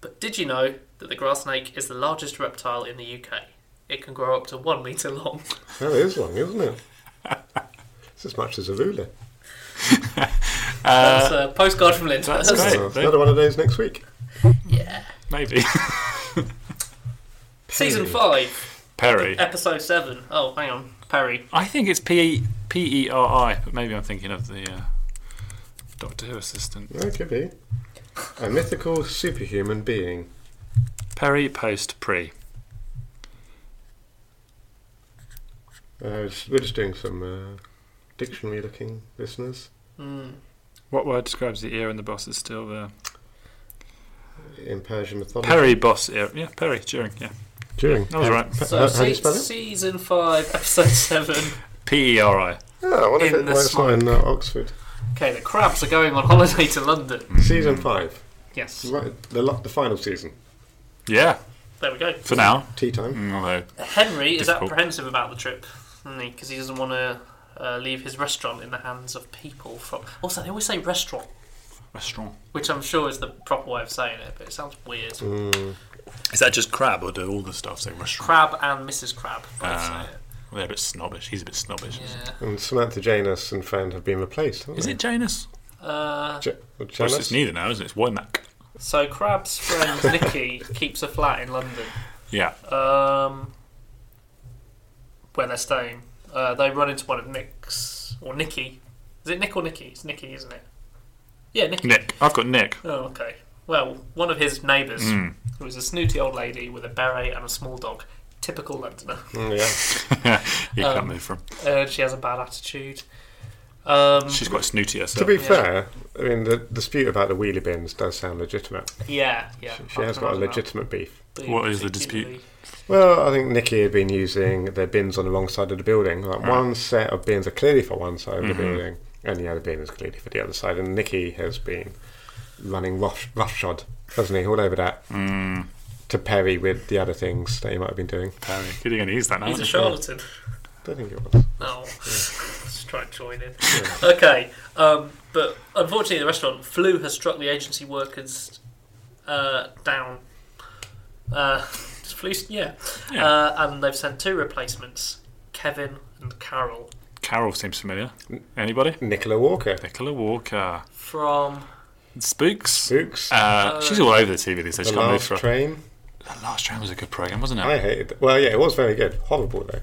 Speaker 2: But did you know that the grass snake is the largest reptile in the UK? It can grow up to one metre long.
Speaker 1: that is long, isn't it? It's as much as a ruler. Uh,
Speaker 2: That's a postcard from Lyndhurst.
Speaker 3: that's great.
Speaker 1: Oh, another one of those next week.
Speaker 2: Yeah.
Speaker 3: Maybe
Speaker 2: Season 5,
Speaker 3: (laughs) Perry.
Speaker 2: episode 7. Oh, hang on. Perry.
Speaker 3: I think it's P P E R I, but maybe I'm thinking of the uh, Doctor Who assistant.
Speaker 1: That could be. A mythical superhuman being.
Speaker 3: Perry post pre.
Speaker 1: Uh, it's- we're just doing some uh, dictionary looking listeners.
Speaker 3: What word describes the ear and the boss is still there?
Speaker 1: in Persian mythology.
Speaker 3: Perry boss ear. Yeah, Perry during. Yeah,
Speaker 1: During.
Speaker 3: that was right.
Speaker 1: Pe-
Speaker 2: So,
Speaker 1: how, how do you
Speaker 2: se-
Speaker 1: spell it?
Speaker 2: season 5, episode 7.
Speaker 3: P E R I.
Speaker 1: Oh, I wonder if
Speaker 2: in
Speaker 1: it,
Speaker 2: the
Speaker 1: well, it's not in uh, Oxford.
Speaker 2: Okay, the crabs are going on holiday to London.
Speaker 3: Mm.
Speaker 1: Season 5.
Speaker 2: Yes.
Speaker 1: Right, the, lo- the final season.
Speaker 3: Yeah,
Speaker 2: There we go.
Speaker 3: for now.
Speaker 1: Tea time.
Speaker 3: Mm, Although
Speaker 2: Henry is
Speaker 3: Difficult.
Speaker 2: apprehensive about the trip, isn't he? Because he doesn't want to uh, leave his restaurant in the hands of people from. Also, they always say restaurant,
Speaker 3: restaurant.
Speaker 2: which I'm sure is the proper way of saying it, but it sounds weird.
Speaker 3: Mm. Is that just crab, or do all the stuff say restaurant?
Speaker 2: Crab and Mrs. Crab. they
Speaker 3: Ah.
Speaker 2: say it.
Speaker 3: Well, they're a bit snobbish. He's a bit snobbish. isn't he?
Speaker 2: Yeah.
Speaker 1: And Samantha Janus and friend have been replaced, haven't
Speaker 3: Is
Speaker 1: they?
Speaker 3: it Janus?
Speaker 2: Uh,
Speaker 1: Ja- or
Speaker 3: Well,
Speaker 1: Janus?
Speaker 3: it's it's neither now, isn't it? It's Womack.
Speaker 2: so Crab's
Speaker 3: (laughs)
Speaker 2: friend Nikki keeps a flat in London,
Speaker 3: Yeah.
Speaker 2: um, where they're staying. Uh, they run into one of Nick's or Nikki. Is it Nick or Nikki? It's Nikki, isn't it? Yeah, Nikki.
Speaker 3: Nick. I've got (laughs) Nick.
Speaker 2: Oh, okay. Well, one of his neighbours, who was a snooty old lady with a beret and a small dog, typical Londoner,
Speaker 1: Mm,
Speaker 3: (laughs)
Speaker 1: yeah.
Speaker 3: you can't move from.
Speaker 2: and she has a bad attitude. Um,
Speaker 3: She's quite
Speaker 1: To
Speaker 3: snooty herself.
Speaker 1: be fair, I mean, the dispute about the wheelie bins does sound legitimate.
Speaker 2: yeah, yeah.
Speaker 1: She has got a legitimate beef.
Speaker 3: What is the dispute?
Speaker 1: Well, I think Nikki had been using their bins on the wrong side of the building. Like one set of bins are clearly for one side of the building, and the other bin is clearly for the other side. And Nikki has been running rough, roughshod, hasn't he, all over that to Perry with the other things that he might have been doing.
Speaker 3: Perry. You're going to use that now.
Speaker 2: He's a
Speaker 3: aren't
Speaker 2: charlatan.
Speaker 1: don't think it was.
Speaker 2: No, let's try and join in. Okay, um, but unfortunately, the restaurant flu has struck the agency workers uh, down. Uh, (laughs) flu, yeah,
Speaker 3: Yeah.
Speaker 2: Uh, and they've sent two replacements, Kevin and Carol,
Speaker 3: you? Carol seems familiar. Anybody?
Speaker 1: Nicola Walker.
Speaker 3: Nicola Walker.
Speaker 2: from
Speaker 3: Spooks.
Speaker 1: Spooks.
Speaker 3: Uh, she's all over the TV these days.
Speaker 1: the
Speaker 3: She can't move
Speaker 1: last
Speaker 3: from.
Speaker 1: train.
Speaker 3: the last train was a good program, wasn't it?
Speaker 1: I hated. Well, yeah, it was very good. Horrible though.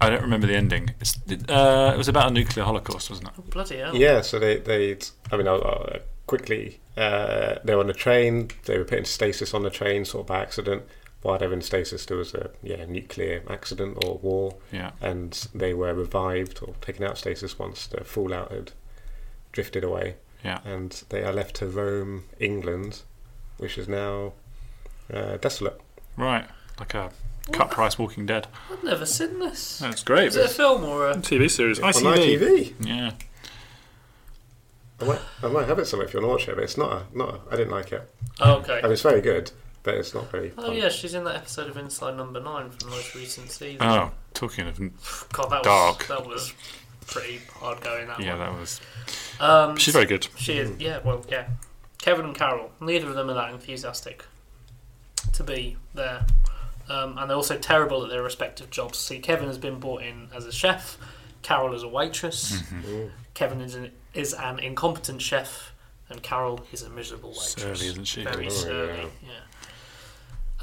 Speaker 3: I don't remember the ending. It's, uh, it was about a nuclear holocaust, wasn't it?
Speaker 2: bloody hell.
Speaker 1: Yeah, so they they. I mean, I'll, I'll quickly. Uh, they were on a train. They were put in stasis on the train, sort of by accident. While they were in stasis, there was a yeah nuclear accident or war,
Speaker 3: Yeah.
Speaker 1: and they were revived or taken out of stasis once the fallout had drifted away,
Speaker 3: Yeah.
Speaker 1: and they are left to roam England, which is now uh, desolate.
Speaker 3: Right. Like a cut price Walking Dead.
Speaker 2: I've never seen this.
Speaker 3: That's great.
Speaker 2: Is it a film or a?
Speaker 3: TV series.
Speaker 1: On ITV.
Speaker 3: Yeah.
Speaker 1: I might, I might have it somewhere if you want to watch it, but it's not. A, not. A, I didn't like it.
Speaker 2: Oh,
Speaker 1: I mean,
Speaker 2: okay.
Speaker 1: it's very good, but it's not very.
Speaker 2: Oh
Speaker 1: fun.
Speaker 2: yeah, she's in that episode of Inside Number Nine from the most recent season.
Speaker 3: Oh, talking of
Speaker 2: God, that
Speaker 3: dark.
Speaker 2: was that was pretty hard going. That one.
Speaker 3: yeah, that was
Speaker 2: Um,
Speaker 3: she's very good.
Speaker 2: She is, yeah, well, yeah. Kevin and Carol, neither of them are that enthusiastic to be there. Um, and they're also terrible at their respective jobs. See, Kevin has been brought in as a chef, Carol is a waitress,
Speaker 3: Mm-hmm.
Speaker 1: Mm.
Speaker 2: Kevin is an, is an incompetent chef, and Carol is a miserable waitress.
Speaker 3: Surly, isn't she?
Speaker 2: Very
Speaker 1: Oh,
Speaker 2: surly, yeah.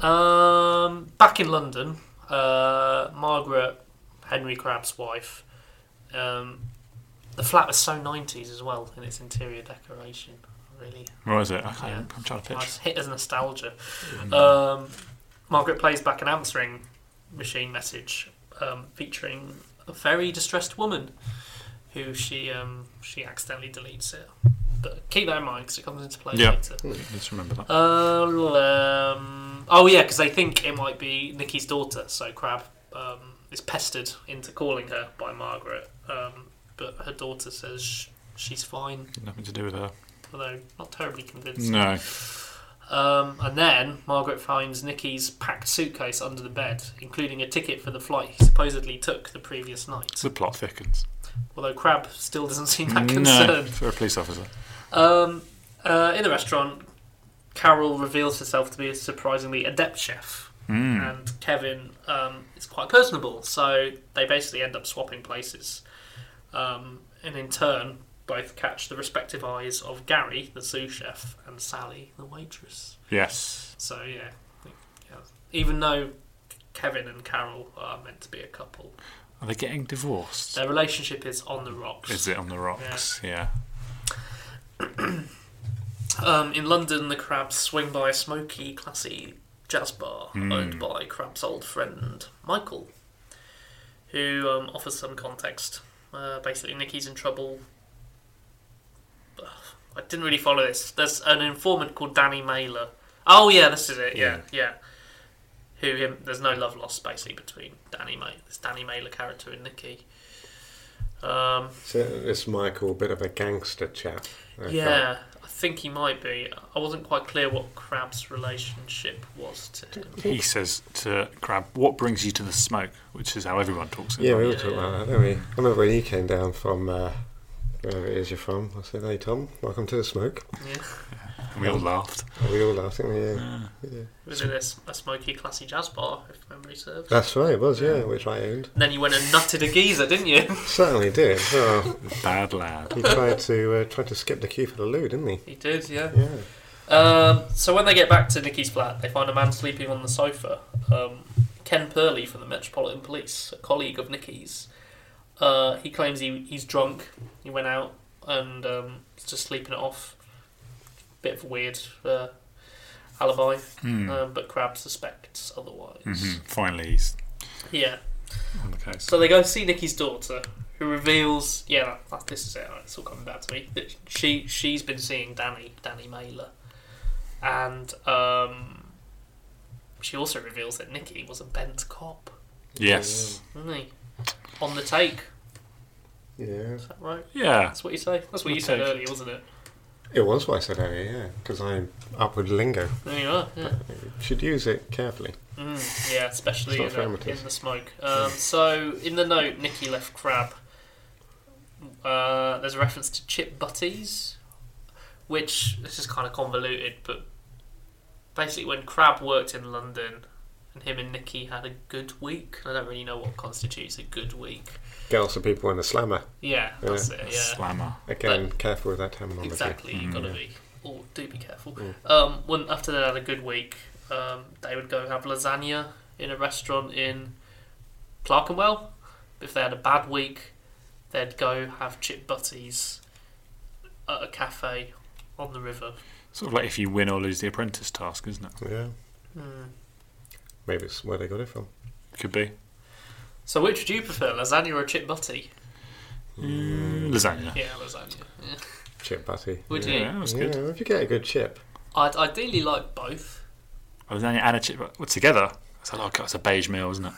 Speaker 2: Um, back in London, uh, Margaret, Henry Crabb's wife, um, the flat was so 90s as well in its interior decoration. Really
Speaker 3: Where is it? I can't.
Speaker 2: Yeah.
Speaker 3: I'm trying to
Speaker 2: nice.
Speaker 3: picture.
Speaker 2: Hit as nostalgia. Um, Margaret plays back an answering machine message um, featuring a very distressed woman who she um, she accidentally deletes it. But keep that in mind because it comes into play
Speaker 3: Yeah.
Speaker 2: later.
Speaker 3: Let's remember that.
Speaker 2: Uh, um, oh yeah, because they think it might be Nikki's daughter. So Crab um, is pestered into calling her by Margaret, um, but her daughter says sh- she's fine,
Speaker 3: Nothing to do with her.
Speaker 2: although not terribly convinced.
Speaker 3: No.
Speaker 2: Um, and then Margaret finds Nikki's packed suitcase under the bed, including a ticket for the flight he supposedly took the previous night.
Speaker 3: The plot thickens.
Speaker 2: Although Crab still doesn't seem that
Speaker 3: No,
Speaker 2: concerned.
Speaker 3: for a police officer.
Speaker 2: Um, uh, in the restaurant, Carol reveals herself to be a surprisingly adept chef,
Speaker 3: Mm.
Speaker 2: and Kevin um, is quite personable. So they basically end up swapping places, um, and in turn, both catch the respective eyes of Gary, the sous chef, and Sally, the waitress.
Speaker 3: Yes.
Speaker 2: So yeah, I think- yeah. even though Kevin and Carol are meant to be a couple,
Speaker 3: Are they getting divorced?
Speaker 2: their relationship is on the rocks.
Speaker 3: Is it on the rocks? Yeah.
Speaker 2: Um, in London, the Crabs swing by a smoky, classy jazz bar owned by Crab's old friend Michael, who um, offers some context. Uh, basically, Nicky's in trouble. Ugh, I didn't really follow this. There's an informant called Danny Mailer. Oh yeah, this is it. Yeah, yeah. Who him? There's no love lost basically between Danny Mailer, this Danny Mailer character and Nicky. Um,
Speaker 1: So this Michael, bit of a gangster chap. I felt.
Speaker 2: yeah, I think he might be. I wasn't quite clear what Crab's relationship was
Speaker 1: (laughs)
Speaker 2: to him.
Speaker 3: He says to Crab, "What brings you to the smoke?" Which is how everyone talks. in
Speaker 1: Yeah, we
Speaker 3: London.
Speaker 1: all talk about that, don't we? I remember when you came down from uh, wherever it is you're from. I said, "Hey, Tom, welcome to the smoke."
Speaker 2: Yeah.
Speaker 3: and we all laughed.
Speaker 1: And we all laughed, didn't we? Yeah.
Speaker 2: Ah. It was in a, s- a smoky, classy jazz bar, if memory serves.
Speaker 1: That's right, it was, yeah, which I owned.
Speaker 2: Then you went and nutted a geezer,
Speaker 1: (laughs)
Speaker 2: didn't you?
Speaker 1: Certainly did. Well,
Speaker 3: Bad lad.
Speaker 1: he tried to uh, tried to skip the queue for the loo, didn't he?
Speaker 2: He did, yeah.
Speaker 1: Yeah.
Speaker 2: Um, so when they get back to Nicky's flat, they find a man sleeping on the sofa. Um, Ken Purley from the Metropolitan Police, a colleague of Nicky's, uh, he claims he, he's drunk. He went out and um, was just sleeping it off. Bit of a weird uh, alibi,
Speaker 3: Hmm.
Speaker 2: um, but Crab suspects otherwise.
Speaker 3: Mhm. Finally, he's
Speaker 2: Yeah.
Speaker 3: on the case.
Speaker 2: So they go see Nikki's daughter, who reveals, yeah, that, that- this is it. It's all coming back to me. That she she's been seeing Danny Danny Mailer, and um, she also reveals that Nikki was a bent cop,
Speaker 3: Yes.
Speaker 2: wasn't he? On the take,
Speaker 1: Yeah.
Speaker 2: is that right?
Speaker 3: Yeah.
Speaker 2: That's what you say. That's what
Speaker 3: On
Speaker 2: you
Speaker 3: the
Speaker 2: said
Speaker 3: take.
Speaker 2: earlier, wasn't it?
Speaker 1: It was what I said earlier, yeah, because I'm up with lingo.
Speaker 2: There you are. Yeah,
Speaker 1: Should use it carefully.
Speaker 2: mm, yeah especially in,
Speaker 1: It's not
Speaker 2: a,
Speaker 1: affirmative.
Speaker 2: in the smoke. Um, so in the note, Nikki left Crab. Uh, there's a reference to chip butties, which this is kind of convoluted, but basically when Crab worked in London, and him and Nikki had a good week. I don't really know what constitutes a good week.
Speaker 1: Girls are people in the slammer.
Speaker 2: Yeah, that's
Speaker 1: Yeah.
Speaker 2: it. Yeah,
Speaker 3: Slammer.
Speaker 1: Again, careful with that terminology.
Speaker 2: Exactly, you
Speaker 3: Mm,
Speaker 2: gotta
Speaker 3: yeah.
Speaker 2: be. Or do be careful.
Speaker 1: Mm.
Speaker 2: Um, when after they had a good week, um, they would go have lasagna in a restaurant in Clerkenwell. If they had a bad week, they'd go have chip butties at a cafe on the river.
Speaker 3: Sort of like if you win or lose the apprentice task, isn't it?
Speaker 1: Yeah.
Speaker 2: Mm.
Speaker 1: Maybe it's where they got it from.
Speaker 3: Could be.
Speaker 2: So, which would you prefer, lasagna or a chip butty?
Speaker 3: Lasagna.
Speaker 2: Yeah, lasagna. Yeah.
Speaker 1: Chip butty.
Speaker 2: Would
Speaker 3: Yeah,
Speaker 2: you?
Speaker 3: that was
Speaker 1: yeah,
Speaker 3: good.
Speaker 1: if you get a good chip.
Speaker 2: I'd ideally like both.
Speaker 3: Lasagna and a chip. Well, together. It's a, lot, it's a beige meal, isn't it?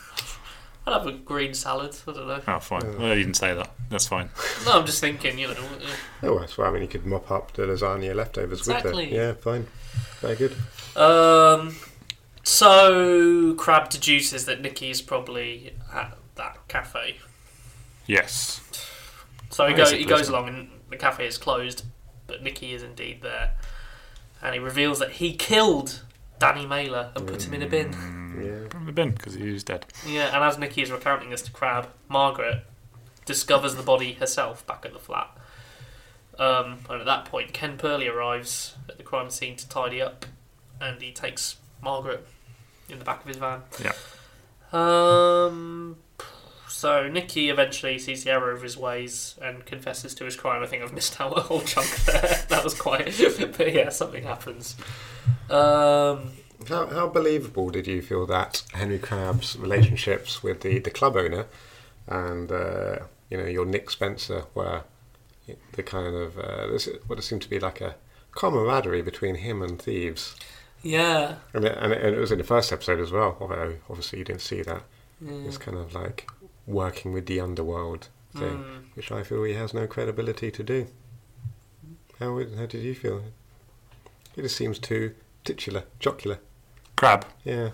Speaker 2: I'd have a green salad. I don't know.
Speaker 3: Oh, fine.
Speaker 1: Yeah.
Speaker 3: Well, you didn't say that. That's fine.
Speaker 2: No, I'm just thinking. You know. uh, yeah.
Speaker 1: Oh, well, that's right. I mean, you could mop up the lasagna leftovers with
Speaker 2: Exactly.
Speaker 1: it. Yeah, fine. Very good.
Speaker 2: Um, So Crab deduces that Nikki is probably at that cafe.
Speaker 3: Yes.
Speaker 2: So he,
Speaker 3: Oh,
Speaker 2: go,
Speaker 3: he's a
Speaker 2: he goes
Speaker 3: policeman.
Speaker 2: along and the cafe is closed, but Nikki is indeed there. And he reveals that he killed Danny Mailer and put him in a bin.
Speaker 1: Yeah.
Speaker 3: Put him in the bin because he was dead.
Speaker 2: Yeah, and as Nikki is recounting this to Crab, Margaret discovers the body herself back at the flat. Um, and at that point, Ken Purley arrives at the crime scene to tidy up, and he takes Margaret in the back of his van.
Speaker 3: Yeah.
Speaker 2: Um. So Nikki eventually sees the error of his ways and confesses to his crime. I think I've missed out a whole chunk there. (laughs) that was quite. but yeah, something happens. Um.
Speaker 1: How, how believable did you feel that Henry Crabb's relationships with the, the club owner and uh, you know your Nick Spencer were the kind of uh, this what it seemed to be like a camaraderie between him and thieves,
Speaker 2: Yeah.
Speaker 1: and it, and, it, and it was in the first episode as well. Although obviously you didn't see that.
Speaker 2: yeah.
Speaker 1: It's kind of like working with the underworld thing,
Speaker 2: Mm.
Speaker 1: which I feel he has no credibility to do. How would- how did you feel? He just seems too titular, jocular.
Speaker 3: Crab.
Speaker 1: Yeah.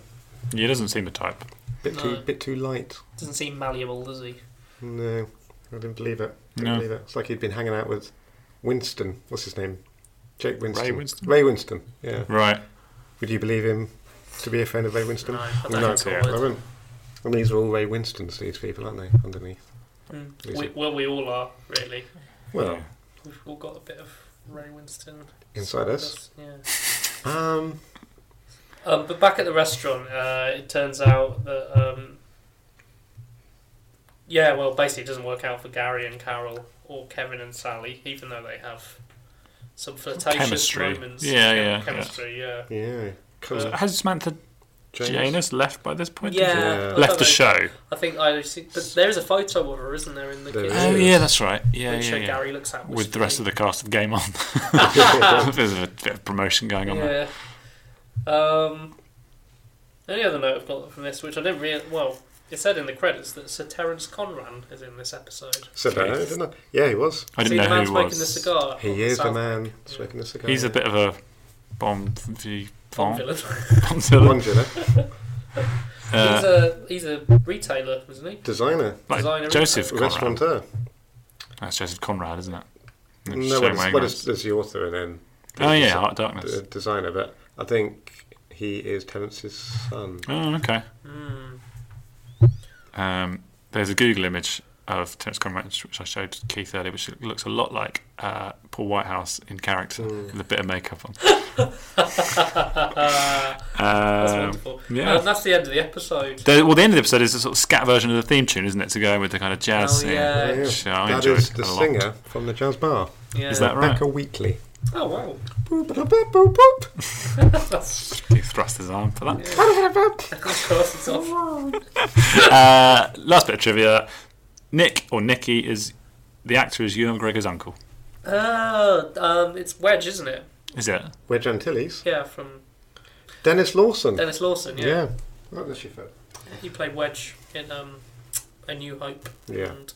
Speaker 3: He doesn't seem the type.
Speaker 1: Bit too,
Speaker 2: No.
Speaker 1: bit too light.
Speaker 2: Doesn't seem malleable, does he?
Speaker 1: No, I didn't believe it. Didn't
Speaker 3: No.
Speaker 1: believe it. It's like he'd been hanging out with Winston. What's his name? Jake Winston.
Speaker 3: Winston?
Speaker 1: Ray Winston. Yeah.
Speaker 3: Right.
Speaker 1: Would you believe him to be a friend of Ray Winston?
Speaker 2: No, I don't
Speaker 1: no,
Speaker 2: think
Speaker 3: I
Speaker 2: I would.
Speaker 1: wouldn't. And these are all Ray Winstons. These people, aren't they? Underneath.
Speaker 2: Mm.
Speaker 1: Is
Speaker 2: We,
Speaker 1: it?
Speaker 2: well, we all are really.
Speaker 1: Well,
Speaker 3: Yeah.
Speaker 2: We've all got a bit of Ray Winston
Speaker 1: inside us.
Speaker 2: Yeah.
Speaker 1: Um.
Speaker 2: Um, but back at the restaurant, uh, it turns out that um, yeah, well, basically, it doesn't work out for Gary and Carol or Kevin and Sally, even though they have some flirtatious
Speaker 3: Chemistry.
Speaker 2: moments.
Speaker 3: Yeah, yeah, yeah.
Speaker 2: chemistry. Yeah,
Speaker 1: Yeah.
Speaker 2: Uh,
Speaker 1: Cousin
Speaker 3: Has Samantha
Speaker 1: James.
Speaker 3: Janus left by this point?
Speaker 2: yeah.
Speaker 1: Yeah.
Speaker 2: I
Speaker 3: Left
Speaker 2: thought
Speaker 3: the
Speaker 2: they-
Speaker 3: show.
Speaker 2: I think I. See, but there is a photo of her, isn't there, in the
Speaker 1: There
Speaker 2: kitchen?
Speaker 1: is.
Speaker 3: Oh yeah, that's right. Yeah,
Speaker 2: which
Speaker 3: yeah,
Speaker 2: uh,
Speaker 3: yeah.
Speaker 2: Gary looks at
Speaker 3: With the rest of the cast of Game On.
Speaker 2: (laughs)
Speaker 3: There's a bit of promotion going on there.
Speaker 2: Yeah. Um. Any other note I've got from this, which I didn't really well. It said in the credits that Sir Terence Conran is in this episode.
Speaker 1: Said that,
Speaker 3: Okay.
Speaker 1: didn't I? Yeah, he was.
Speaker 3: I
Speaker 2: See,
Speaker 3: didn't
Speaker 2: the
Speaker 3: know
Speaker 2: man
Speaker 3: who
Speaker 2: smoking
Speaker 3: was.
Speaker 2: the cigar. on
Speaker 1: He is the
Speaker 2: South
Speaker 1: man
Speaker 2: Yeah.
Speaker 1: smoking the cigar.
Speaker 3: He's a bit of a bomb. v-
Speaker 2: Pond (laughs)
Speaker 3: bomb-
Speaker 2: villain.
Speaker 3: bomb villain.
Speaker 1: One dinner.
Speaker 3: Uh,
Speaker 2: he's a he's a retailer, isn't he?
Speaker 1: Designer.
Speaker 3: like
Speaker 2: designer,
Speaker 3: Joseph
Speaker 2: isn't
Speaker 3: Conrad.
Speaker 1: Restaurateur.
Speaker 3: That's Joseph Conrad, isn't it?
Speaker 1: No,
Speaker 3: It's shame
Speaker 1: well,
Speaker 3: my
Speaker 1: it's, well,
Speaker 3: ignorance.
Speaker 1: it's, there's the author and then.
Speaker 3: oh yeah, Art Darkness.
Speaker 1: the designer, but I think he is Terence's son.
Speaker 3: Oh okay.
Speaker 2: (laughs) Mm.
Speaker 3: Um, there's a Google image of Terence Conrad, which I showed Keith earlier, which looks a lot like uh, Paul Whitehouse in character
Speaker 1: Mm.
Speaker 3: with a bit of makeup on.
Speaker 2: that's
Speaker 3: Um,
Speaker 2: wonderful.
Speaker 3: yeah.
Speaker 2: and that's the end of the episode.
Speaker 3: the, well, the end of the episode is a sort of scat version of the theme tune, isn't it? To go with the kind of jazz
Speaker 2: Oh,
Speaker 3: scene.
Speaker 2: yeah.
Speaker 1: Yeah,
Speaker 3: which I
Speaker 1: that
Speaker 3: enjoyed
Speaker 1: is the
Speaker 3: a lot.
Speaker 1: singer from the jazz bar,
Speaker 2: Yeah.
Speaker 3: Is that right?
Speaker 1: Becca Wheatley.
Speaker 2: Oh wow. (laughs)
Speaker 1: Boop, boop, boop, boop, (laughs) boop.
Speaker 3: (laughs)
Speaker 2: that's,
Speaker 3: He thrust his arm for that.
Speaker 2: of course it's off.
Speaker 3: Uh, last bit of trivia: Nick or Nicky is the actor is Ewan McGregor's uncle.
Speaker 2: Oh, um, it's Wedge, isn't it?
Speaker 3: Is it?
Speaker 1: Wedge Antilles.
Speaker 2: Yeah, from
Speaker 1: Dennis Lawson.
Speaker 2: Dennis Lawson.
Speaker 1: yeah.
Speaker 2: Yeah,
Speaker 1: Right, that's your foot.
Speaker 2: he played Wedge in um, A New Hope.
Speaker 1: Yeah.
Speaker 2: And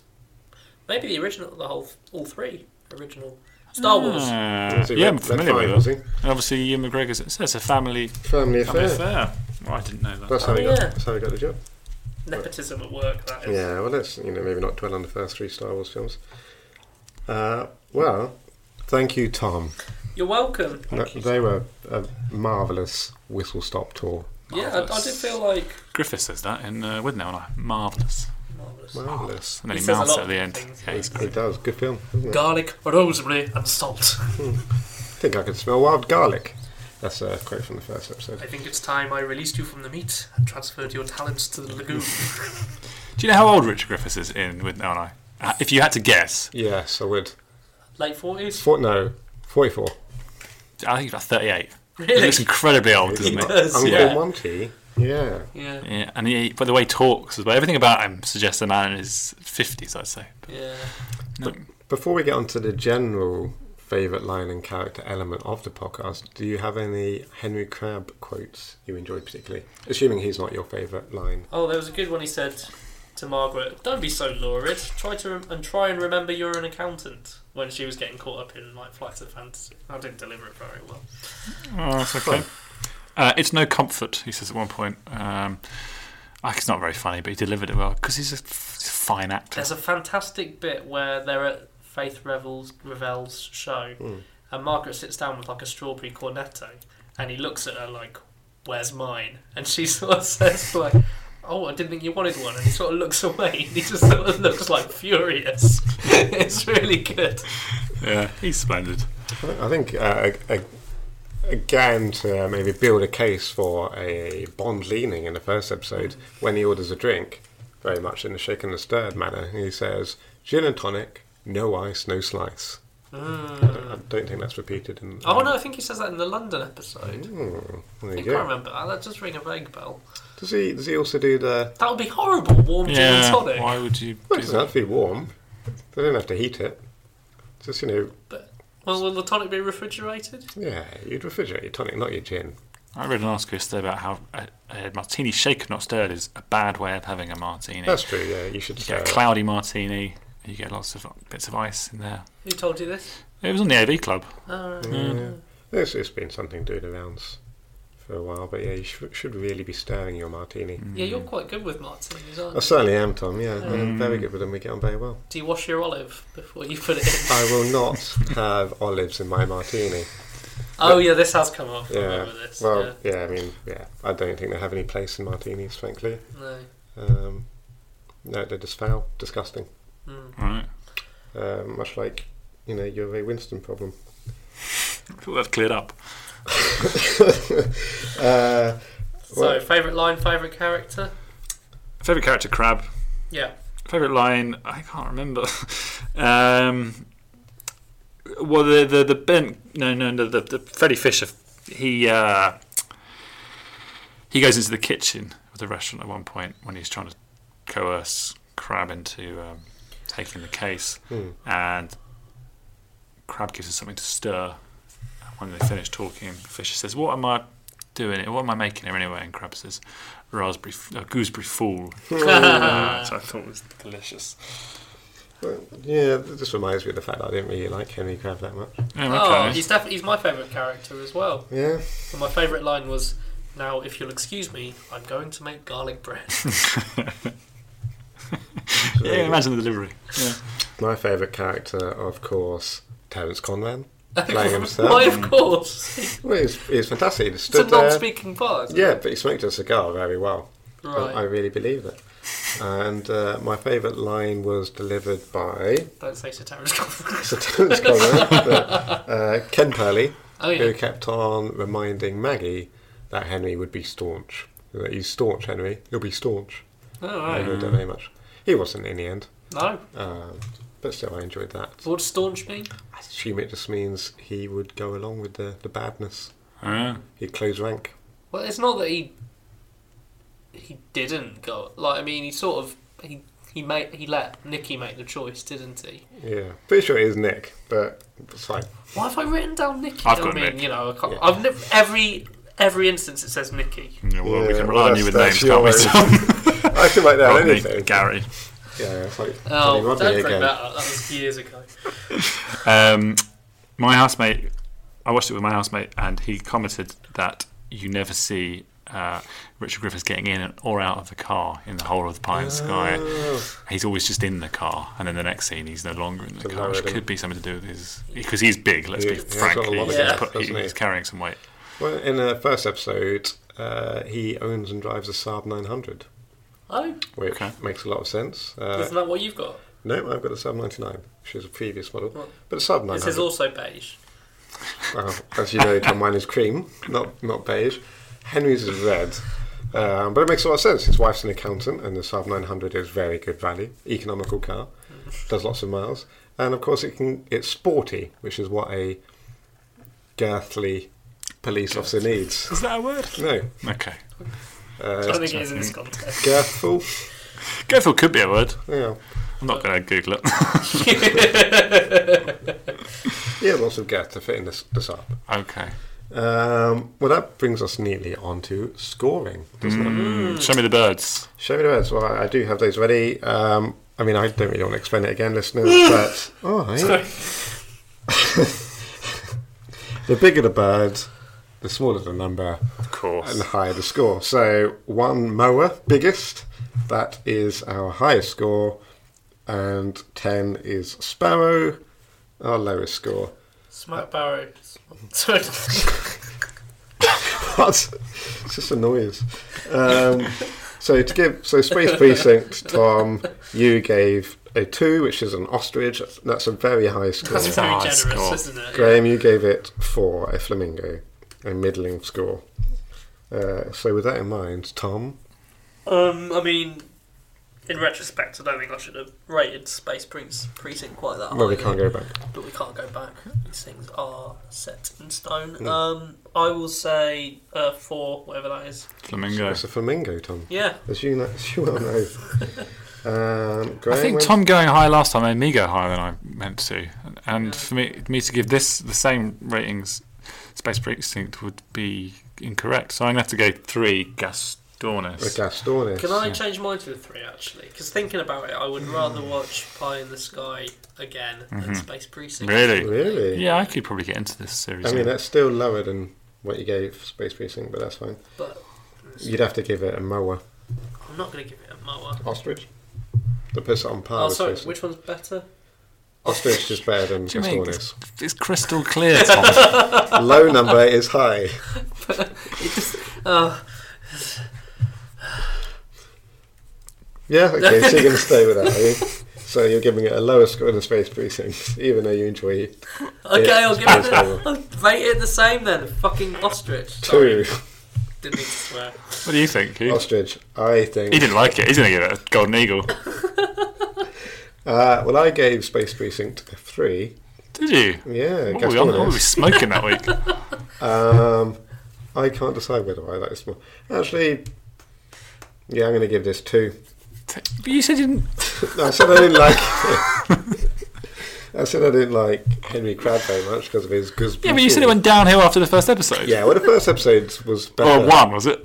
Speaker 2: maybe the original, the whole, all three original
Speaker 3: Hmm.
Speaker 1: Oh,
Speaker 2: Star Wars.
Speaker 3: Uh,
Speaker 1: Was he
Speaker 3: yeah,
Speaker 1: Red-
Speaker 3: I'm
Speaker 1: Red
Speaker 3: familiar
Speaker 1: Fine,
Speaker 3: with
Speaker 1: was
Speaker 3: it.
Speaker 1: he?
Speaker 3: And obviously, Ewan McGregor's. It says a family,
Speaker 1: Family
Speaker 3: family
Speaker 1: affair.
Speaker 3: affair. Well, I didn't know that.
Speaker 1: That's how he got.
Speaker 2: Oh, Yeah.
Speaker 1: That's how he got the job.
Speaker 2: Nepotism at work. That is.
Speaker 1: Yeah. Well, let's you know maybe not dwell on the first three Star Wars films. Uh, well, thank you, Tom.
Speaker 2: You're welcome.
Speaker 1: That- they were a marvelous whistle stop tour.
Speaker 2: Yeah, I, I did feel like
Speaker 3: Griffith says that in uh, with now and I. Marvelous.
Speaker 2: marvelous.
Speaker 1: Marvelous.
Speaker 3: And then
Speaker 2: He
Speaker 3: he,
Speaker 2: says a
Speaker 3: mounts
Speaker 2: lot
Speaker 3: it at the
Speaker 2: of
Speaker 3: end.
Speaker 2: things.
Speaker 3: Yeah, he's
Speaker 1: It
Speaker 3: great.
Speaker 1: does. Good film. Isn't it?
Speaker 2: garlic, rosemary, and salt.
Speaker 1: I think I could smell wild garlic. That's a quote from the first episode.
Speaker 2: I think it's time I released you from the meat and transferred your talents to the lagoon.
Speaker 3: Do you know how old Richard Griffiths is in with now and I? Uh, if you had to guess,
Speaker 1: Yes, I would.
Speaker 2: Late forties,
Speaker 1: Four, no, 44.
Speaker 3: I think he's about 38. He
Speaker 2: really?
Speaker 3: looks incredibly old,
Speaker 1: He
Speaker 3: doesn't he?
Speaker 2: does.
Speaker 1: Uncle
Speaker 3: Yeah.
Speaker 1: Monty? Yeah.
Speaker 2: Yeah,
Speaker 3: Yeah, and he, by the way he talks as well, everything about him suggests a man in his 50s, I'd say.
Speaker 2: yeah.
Speaker 3: No.
Speaker 1: Before we get on to the general favourite line and character element of the podcast, do you have any Henry Crabb quotes you enjoyed particularly? Assuming he's not your favourite line.
Speaker 2: Oh, there was a good one he said to Margaret. Don't be so lurid. Try to and try and remember you're an accountant. When she was getting caught up in like flights of fantasy, I didn't deliver it very well.
Speaker 3: Oh, that's okay. Uh, it's no comfort, he says at one point. Um, ah, it's not very funny, but he delivered it well because he's, a f- he's a fine actor.
Speaker 2: There's a fantastic bit where they're at Faith Revel's, Revel's show, and Margaret sits down with like a strawberry cornetto, and he looks at her like, "Where's mine?" And she (laughs) sort of says like, "Oh, I didn't think you wanted one." And he sort of looks away, and he just sort of looks like furious. (laughs) it's really good.
Speaker 3: yeah, he's splendid.
Speaker 1: I think uh, a- a- again to maybe build a case for a Bond leaning in the first episode when he orders a drink, very much in the shake and the stirred manner. He says gin and tonic, no ice, no slice. I, don't, I don't think that's repeated in.
Speaker 2: Ah. Oh no, I think he says that in the London episode.
Speaker 1: Hmm, there
Speaker 2: I
Speaker 1: you
Speaker 2: can't
Speaker 1: go.
Speaker 2: remember. Uh, That does ring a vague bell.
Speaker 1: Does he? Does he also do the?
Speaker 2: That would be horrible. Warm gin and
Speaker 3: Yeah,
Speaker 2: tonic.
Speaker 3: why would (laughs) you
Speaker 1: Well,
Speaker 3: do
Speaker 1: it doesn't have
Speaker 3: that?
Speaker 1: to be warm. They don't have to heat it. Just you know,
Speaker 2: But well, will the tonic be refrigerated?
Speaker 1: yeah, you'd refrigerate your tonic, not your gin.
Speaker 3: I read an article yesterday about how a, a martini shaken, not stirred, is a bad way of having a martini.
Speaker 1: That's true. Yeah, you should.
Speaker 3: you get
Speaker 1: stir
Speaker 3: a
Speaker 1: it.
Speaker 3: cloudy martini, and you get lots of bits of ice in there.
Speaker 2: Who told you this?
Speaker 3: It was on the AV Club.
Speaker 2: Uh,
Speaker 1: Yeah. It's, it's been something doing the rounds for a while, but yeah, you should, should really be stirring your martini.
Speaker 2: Yeah, you're quite good with martinis, aren't
Speaker 1: I
Speaker 2: you?
Speaker 1: certainly am, Tom, yeah. I'm very good with them. We get on very well.
Speaker 2: Do you wash your olive before you put it in? (laughs)
Speaker 1: I will not have olives in my martini.
Speaker 2: oh yeah, this has come up. I
Speaker 1: Yeah.
Speaker 2: remember this.
Speaker 1: Well, yeah. I mean, yeah. I don't think they have any place in martinis, frankly.
Speaker 2: yeah. No.
Speaker 1: Um, no, they just foul. Disgusting.
Speaker 2: Mm.
Speaker 3: Right.
Speaker 1: Um, much like, you know, your Ray Winston problem.
Speaker 3: I thought that cleared up.
Speaker 1: Uh,
Speaker 2: so, favourite line, favourite character?
Speaker 3: Favorite character, Crab.
Speaker 2: Yeah.
Speaker 3: Favorite line, I can't remember. (laughs) um, well, the the the Ben, no, no, no, the, the Freddie Fisher, he uh, he goes into the kitchen of the restaurant at one point when he's trying to coerce Crab into um, taking the case,
Speaker 1: Hmm.
Speaker 3: and Crab gives him something to stir. When they finish talking, Fisher says, "What am I doing? What am I making here anyway?" And Crab says, "Raspberry, f- uh,
Speaker 1: (laughs)
Speaker 3: gooseberry fool." Uh, which I thought was delicious.
Speaker 1: well, yeah, this reminds me of the fact that I didn't really like Henry Crab that much.
Speaker 2: Oh,
Speaker 3: Oh, (laughs) okay.
Speaker 2: he's definitely he's my favourite character as well.
Speaker 1: Yeah.
Speaker 2: And my favourite line was, "Now, if you'll excuse me, I'm going to make garlic bread."
Speaker 3: yeah, imagine the delivery. Yeah.
Speaker 1: My favourite character, of course, Terence
Speaker 2: (laughs)
Speaker 1: Conran. Playing himself.
Speaker 2: Why, of course.
Speaker 1: Well, he's, he's fantastic. He just
Speaker 2: it's a
Speaker 1: stood there.
Speaker 2: non-speaking part.
Speaker 1: Yeah, but he smoked a cigar very well.
Speaker 2: Right.
Speaker 1: I, I really believe it. And uh, my favourite line was delivered by
Speaker 2: Don't say Satara's conference.
Speaker 1: Sir Terence Conran, but, uh, Ken Purley,
Speaker 2: Oh yeah.
Speaker 1: who kept on reminding Maggie that Henry would be staunch. That he's staunch, Henry. He'll be staunch.
Speaker 2: All
Speaker 1: I
Speaker 2: right.
Speaker 1: enjoyed that very much. He wasn't in the end,
Speaker 2: No.
Speaker 1: um, but still, I enjoyed that.
Speaker 2: What would staunch mean?
Speaker 1: I assume it just means he would go along with the, the badness.
Speaker 3: Ah,
Speaker 1: He'd close rank.
Speaker 2: Well, it's not that he he didn't go. Like I mean, he sort of he he made he let Nikki make the choice, didn't he?
Speaker 1: Yeah, pretty sure it is Nick, but it's fine.
Speaker 2: Why have I written down Nikki?
Speaker 3: I've
Speaker 2: I
Speaker 3: got
Speaker 2: mean,
Speaker 3: Nick.
Speaker 2: you know, I can't,
Speaker 1: Yeah.
Speaker 2: I've never, every every instance it says Nikki.
Speaker 3: yeah, well, we
Speaker 1: Yeah, well,
Speaker 3: can rely on you with
Speaker 1: that's-
Speaker 3: names,
Speaker 1: that's
Speaker 3: can't we?
Speaker 1: your
Speaker 3: Tom?
Speaker 1: (laughs) I can write down
Speaker 3: Rodney,
Speaker 1: anything.
Speaker 3: Gary.
Speaker 1: Yeah, it's like
Speaker 2: Oh,
Speaker 1: Johnny
Speaker 2: don't
Speaker 1: Rodney
Speaker 2: bring
Speaker 1: again.
Speaker 2: that up. That was years ago.
Speaker 3: Um, my housemate, I watched it with my housemate, and he commented that you never see uh, Richard Griffiths getting in or out of the car in the whole of the Pine Sky.
Speaker 1: Oh,
Speaker 3: He's always just in the car, and then the next scene he's no longer in the
Speaker 1: To
Speaker 3: car,
Speaker 1: lower
Speaker 3: which
Speaker 1: them.
Speaker 3: could be something to do with his because he's big. Let's
Speaker 1: He-
Speaker 3: be
Speaker 1: he's got
Speaker 3: frank,
Speaker 1: a lot of
Speaker 3: he's,
Speaker 2: gas,
Speaker 3: put-
Speaker 1: doesn't he?
Speaker 3: he's carrying some weight.
Speaker 1: Well, in the first episode, uh, he owns and drives a Saab 900,
Speaker 2: Oh,
Speaker 1: which
Speaker 3: Okay.
Speaker 1: makes a lot of sense. Uh,
Speaker 2: isn't that what you've got?
Speaker 1: no, I've got a Saab 99, which is a previous model.
Speaker 2: What?
Speaker 1: But a Saab
Speaker 2: This is
Speaker 1: 900,
Speaker 2: also beige.
Speaker 1: well, Uh, as you know, Tom, mine is cream, not, not beige. Henry's is red. Um, but it makes a lot of sense. His wife's an accountant, and the Saab 900 is very good value, economical car, does lots of miles, and of course it can. It's sporty, which is what a girthly police officer needs.
Speaker 3: Is that a word?
Speaker 1: No,
Speaker 3: Okay.
Speaker 2: I
Speaker 1: uh,
Speaker 2: don't think it is in this context. (laughs)
Speaker 1: girthful.
Speaker 3: Girthful could be a word.
Speaker 1: Yeah,
Speaker 3: I'm not going to Google it. (laughs)
Speaker 1: yeah, lots of girth to fit in this, this up.
Speaker 3: okay.
Speaker 1: Um, well, that brings us neatly on to scoring, doesn't it?
Speaker 3: Mm, Show me the birds.
Speaker 1: Show me the words. Well, I I do have those ready. Um, I mean, I don't really want to explain it again, listeners, but oh, all right.
Speaker 2: Sorry.
Speaker 1: The bigger the bird, the smaller the number
Speaker 3: Of course.
Speaker 1: and the higher the score. So one mower, biggest, that is our highest score, and 10 is sparrow, our lowest score. (laughs)
Speaker 2: Smoke barrow. (laughs) Sorry.
Speaker 1: What? It's just a noise. Um, (laughs) so to give, so Space Precinct, Tom, you gave a two, which is an ostrich. That's a very high score.
Speaker 2: That's
Speaker 3: It's
Speaker 2: very
Speaker 3: hard
Speaker 2: generous,
Speaker 3: score.
Speaker 2: isn't it?
Speaker 1: Graham, you gave it four, a flamingo, a middling score. Uh, so with that in mind, Tom,
Speaker 2: Um, I mean, in retrospect, I don't think I should have rated Space Prince Precinct quite that high.
Speaker 1: well, we can't go back.
Speaker 2: But we can't go back. These things are set in stone.
Speaker 1: Mm.
Speaker 2: Um, I will say uh, four, whatever that is.
Speaker 3: Flamingo.
Speaker 1: It's a flamingo, Tom.
Speaker 2: Yeah,
Speaker 1: As you know, as you well know.
Speaker 2: (laughs)
Speaker 1: Um, Graham,
Speaker 3: I think
Speaker 1: went-
Speaker 3: Tom going high last time made me go higher than I meant to, and
Speaker 2: Yeah.
Speaker 3: for me me to give this the same ratings, Space Precinct would be incorrect. So I'm gonna have to go three
Speaker 1: a
Speaker 3: Gastornis.
Speaker 1: Gastonis.
Speaker 2: Can I
Speaker 3: Yeah.
Speaker 2: change mine to a three actually? Because thinking about it, I would rather
Speaker 1: Mm.
Speaker 2: watch Pie in the Sky again than
Speaker 3: Mhm.
Speaker 2: Space Precinct.
Speaker 3: Really?
Speaker 1: Really?
Speaker 3: Yeah, I could probably get into this series.
Speaker 1: I
Speaker 3: yeah.
Speaker 1: mean, that's still lower than what you gave Space Precinct, but that's fine.
Speaker 2: But
Speaker 1: You'd have to give it a mower.
Speaker 2: I'm not going to give it a mower.
Speaker 1: Ostrich? The puts it on par
Speaker 2: Oh,
Speaker 1: with
Speaker 2: sorry.
Speaker 1: Space-
Speaker 2: Which one's better?
Speaker 1: Ostrich is better than
Speaker 3: Do you mean-
Speaker 1: Gastonis.
Speaker 3: it's crystal clear,
Speaker 1: (laughs)
Speaker 3: Tom.
Speaker 1: Low number is high.
Speaker 2: It just, oh,
Speaker 1: Yeah, okay, so you're going to stay with that, are
Speaker 3: (laughs)
Speaker 1: you? So you're giving it a lower score than Space Precinct, even though you enjoy
Speaker 2: okay,
Speaker 1: Yeah,
Speaker 2: I'll give
Speaker 1: Space
Speaker 2: it.
Speaker 1: Mower.
Speaker 2: I'll (laughs) rate it the same then. Fucking ostrich. Sorry,
Speaker 1: two.
Speaker 2: didn't need to swear.
Speaker 3: what do you think? Hugh?
Speaker 1: Ostrich, I think.
Speaker 3: He didn't like it. He's gonna give it a golden eagle.
Speaker 1: Uh, well, I gave Space Precinct a three.
Speaker 3: Did you?
Speaker 1: Yeah,
Speaker 3: What were, we on, what were we
Speaker 1: Gastonis.
Speaker 3: smoking
Speaker 1: (laughs)
Speaker 3: that week?
Speaker 1: Um, I can't decide whether I like this one. Actually, yeah, I'm going to give this two.
Speaker 3: But you said you didn't.
Speaker 1: I said I didn't like. (laughs) I said I didn't like Henry Crab very much because of his goose.
Speaker 3: Yeah, but you said it Oh, went downhill after the first episode.
Speaker 1: Yeah, well, the first episode was better.
Speaker 3: Or one, was
Speaker 1: (laughs)
Speaker 3: it?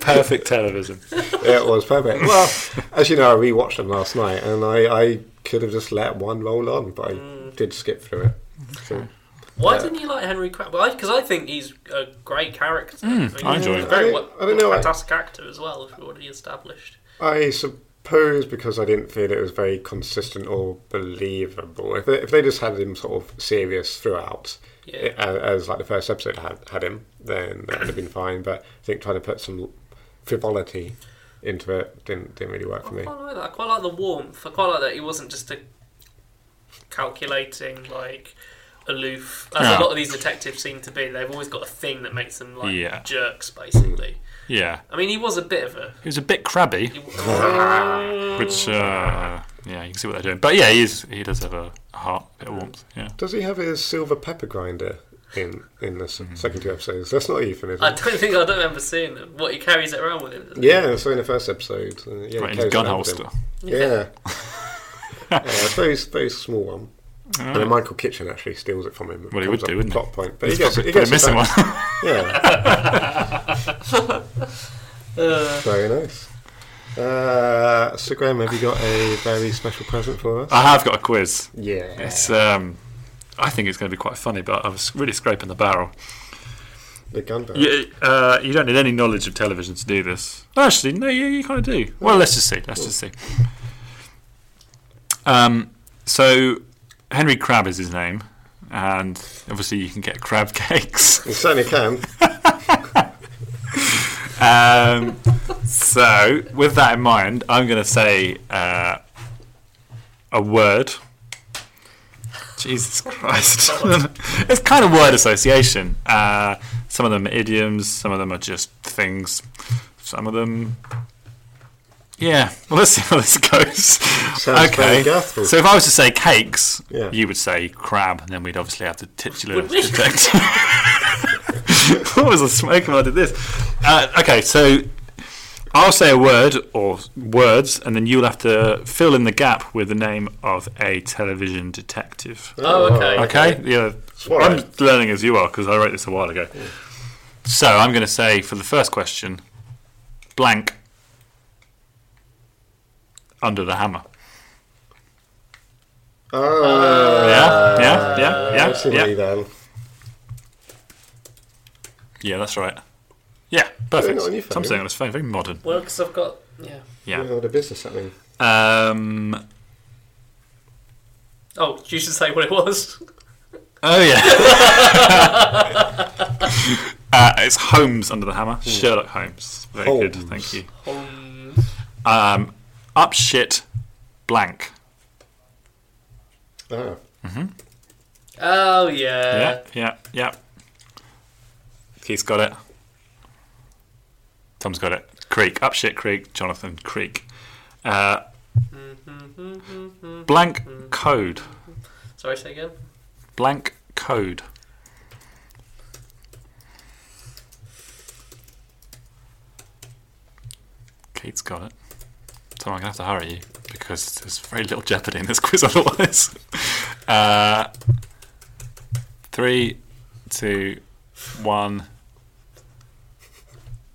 Speaker 3: Perfect television.
Speaker 1: It was perfect. Well, as you know, I rewatched them last night, and I, I could have just let one roll on, but I
Speaker 2: Mm.
Speaker 1: did skip through it. So,
Speaker 2: Why
Speaker 1: Yeah.
Speaker 2: didn't you like Henry Crab? Well, because I, think he's a great character. I, mean,
Speaker 3: Hmm, I
Speaker 2: he's
Speaker 3: enjoy him.
Speaker 2: Very
Speaker 1: I
Speaker 2: well,
Speaker 1: don't- I don't know, I-
Speaker 2: Fantastic actor as well. If we already established.
Speaker 1: I suppose because I didn't feel it was very consistent or believable. If they, if they just had him sort of serious throughout,
Speaker 2: Yeah.
Speaker 1: i- a- as like the first episode had, had him, then that would have been fine. But I think trying to put some frivolity into it didn't didn't really work for
Speaker 2: I
Speaker 1: me.
Speaker 2: quite like that. I quite like the warmth. I quite like that he wasn't just a calculating, like aloof. As
Speaker 3: Yeah.
Speaker 2: a lot of these detectives seem to be, they've always got a thing that makes them like
Speaker 3: Yeah.
Speaker 2: jerks, basically.
Speaker 3: Yeah.
Speaker 2: I mean, he was a bit of a.
Speaker 3: He was a bit crabby,
Speaker 2: he (laughs) w-
Speaker 3: which, uh, yeah, you can see what they're doing. But yeah, he, is, he does have a heart, a bit of warmth. Yeah.
Speaker 1: Does he have his silver pepper grinder in in the s second two episodes? That's not a euphemism.
Speaker 2: I don't think I don't remember seeing them. What he carries it around with him. doesn't he?
Speaker 1: Yeah, so in the first episode, uh, yeah, he
Speaker 3: Right,
Speaker 1: carries
Speaker 3: in his
Speaker 1: it
Speaker 3: gun
Speaker 1: around with him.
Speaker 3: holster. (laughs)
Speaker 1: Yeah. yeah, it's a very, very small one. And then Michael Kitchen actually steals it from him. It
Speaker 3: Well, he
Speaker 1: becomes
Speaker 3: would
Speaker 1: a
Speaker 3: do, wouldn't he?
Speaker 1: plot point, but he
Speaker 3: He's
Speaker 1: gets,
Speaker 3: probably-
Speaker 1: he gets
Speaker 3: probably
Speaker 1: it
Speaker 3: missing one. (laughs)
Speaker 1: back. Yeah,
Speaker 2: Uh,
Speaker 1: very nice. Uh, so, Graham, have you got a very special present for us?
Speaker 3: I have got a quiz.
Speaker 1: yeah.
Speaker 3: It's, um, I think it's going to be quite funny, but I was really scraping the barrel.
Speaker 1: The gun barrel.
Speaker 3: You, uh, you don't need any knowledge of television to do this. Actually, no, you, you kind of do. Well, let's just see. Let's just see. Um, so, Henry Crab is his name, and obviously you can get crab (laughs) cakes.
Speaker 1: You certainly can.
Speaker 3: Um, so, with that in mind, I'm going to say uh, a word. Jesus Christ. (laughs) it's kind of word association. Uh, some of them are idioms, some of them are just things, some of them. Yeah, well, let's see how this (laughs) goes.
Speaker 1: Sounds
Speaker 3: okay.
Speaker 1: very girthful.
Speaker 3: So, if I was to say cakes,
Speaker 1: Yeah.
Speaker 3: you would say crab, and then we'd obviously have the titular
Speaker 2: Would we?
Speaker 3: (laughs) detective. what was I smoking when I did this? Uh, okay, so I'll say a word or words, and then you'll have to fill in the gap with the name of a television detective.
Speaker 2: Oh,
Speaker 1: Uh,
Speaker 2: okay.
Speaker 3: Okay? Yeah.
Speaker 1: Swallow.
Speaker 3: I'm learning as you are because I wrote this a while ago. So I'm going to say for the first question, blank under the hammer.
Speaker 1: Oh,
Speaker 3: Yeah, yeah, yeah, yeah,
Speaker 1: I Uh, see what
Speaker 3: yeah.
Speaker 1: you done.
Speaker 3: Yeah, that's right. Yeah, perfect.
Speaker 1: on your phone.
Speaker 3: Something on his phone, very modern.
Speaker 2: Well, because I've got yeah.
Speaker 1: You
Speaker 3: Yeah.
Speaker 1: held a business something.
Speaker 3: Um,
Speaker 2: Oh, you should say what it was.
Speaker 3: oh yeah. (laughs) uh, it's Holmes under the hammer. Sherlock Holmes. Very good.
Speaker 1: Holmes.
Speaker 3: Thank you.
Speaker 2: Um,
Speaker 3: Um, up shit, blank.
Speaker 1: Oh,
Speaker 2: oh yeah.
Speaker 3: Yeah, yeah, yeah. Keith's got it. Tom's got it. Creek. Up shit creek. Jonathan Creek. Uh, mm-hmm, blank code.
Speaker 2: Sorry, say again.
Speaker 3: Blank code. Kate's got it. Tom, I'm going to have to hurry you because there's very little jeopardy in this quiz (laughs) otherwise. Uh, three, two, one,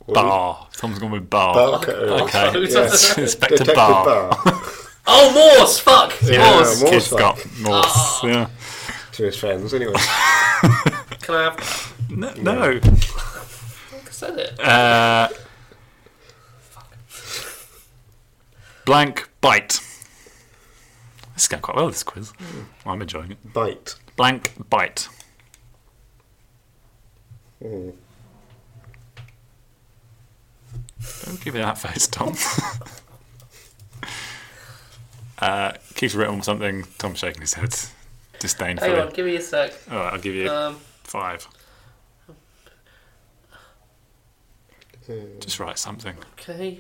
Speaker 3: bar. Tom's going with bar.
Speaker 1: Barcode.
Speaker 3: Okay.
Speaker 2: Yeah.
Speaker 3: Inspector
Speaker 1: Detective
Speaker 3: Bar.
Speaker 1: Bar
Speaker 2: Oh, Morse! Fuck!
Speaker 1: Yeah,
Speaker 2: Morse!
Speaker 1: Morse.
Speaker 3: Kid's got Morse. Yeah.
Speaker 1: to his friends.
Speaker 3: (laughs)
Speaker 1: Anyway,
Speaker 2: Can I have that?
Speaker 3: No. no.
Speaker 2: I said it.
Speaker 3: Uh, blank bite. This is going quite well, this quiz. I'm enjoying it.
Speaker 1: bite.
Speaker 3: Blank bite. Don't give me that face, Tom. (laughs) uh, Keith's written something. Tom's shaking his head disdainfully.
Speaker 2: Hang on,
Speaker 3: All
Speaker 2: give me a sec.
Speaker 3: right, I'll give you
Speaker 2: Um,
Speaker 3: five. Just write something.
Speaker 2: okay.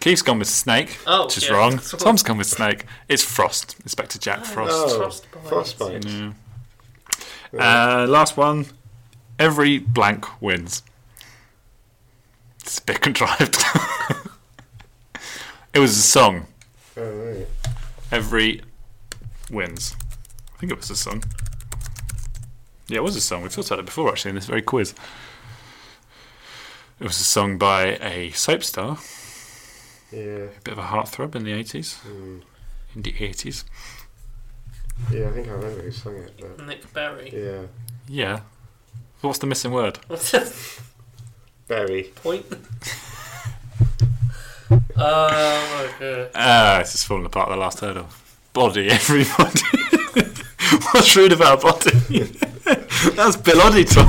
Speaker 3: Keith's gone with snake,
Speaker 2: Oh,
Speaker 3: which is
Speaker 2: yeah. (laughs)
Speaker 3: wrong. Tom's gone with snake. It's Frost, Inspector Jack Frost.
Speaker 1: Oh,
Speaker 2: Frostbite.
Speaker 1: frostbite.
Speaker 3: Uh, last one. Every blank wins. It's a bit (laughs) contrived. it was a song.
Speaker 1: Oh, right.
Speaker 3: Every wins. I think it was a song. Yeah, it was a song. We've talked about it before, actually, in this very quiz. It was a song by a soap star,
Speaker 1: Yeah,
Speaker 3: a bit of a heartthrob in the 80s. In the 80s.
Speaker 1: yeah. I think I remember who sung it, but
Speaker 2: Nick Berry.
Speaker 1: yeah,
Speaker 3: Yeah. What's the missing word?
Speaker 2: What's the
Speaker 1: Barry.
Speaker 3: (laughs)
Speaker 2: point? Oh, okay.
Speaker 3: Ah, it's just falling apart at the last hurdle. Body, (laughs) everybody. What's rude about body? (laughs) That's Bilotti, (laughs) Tom.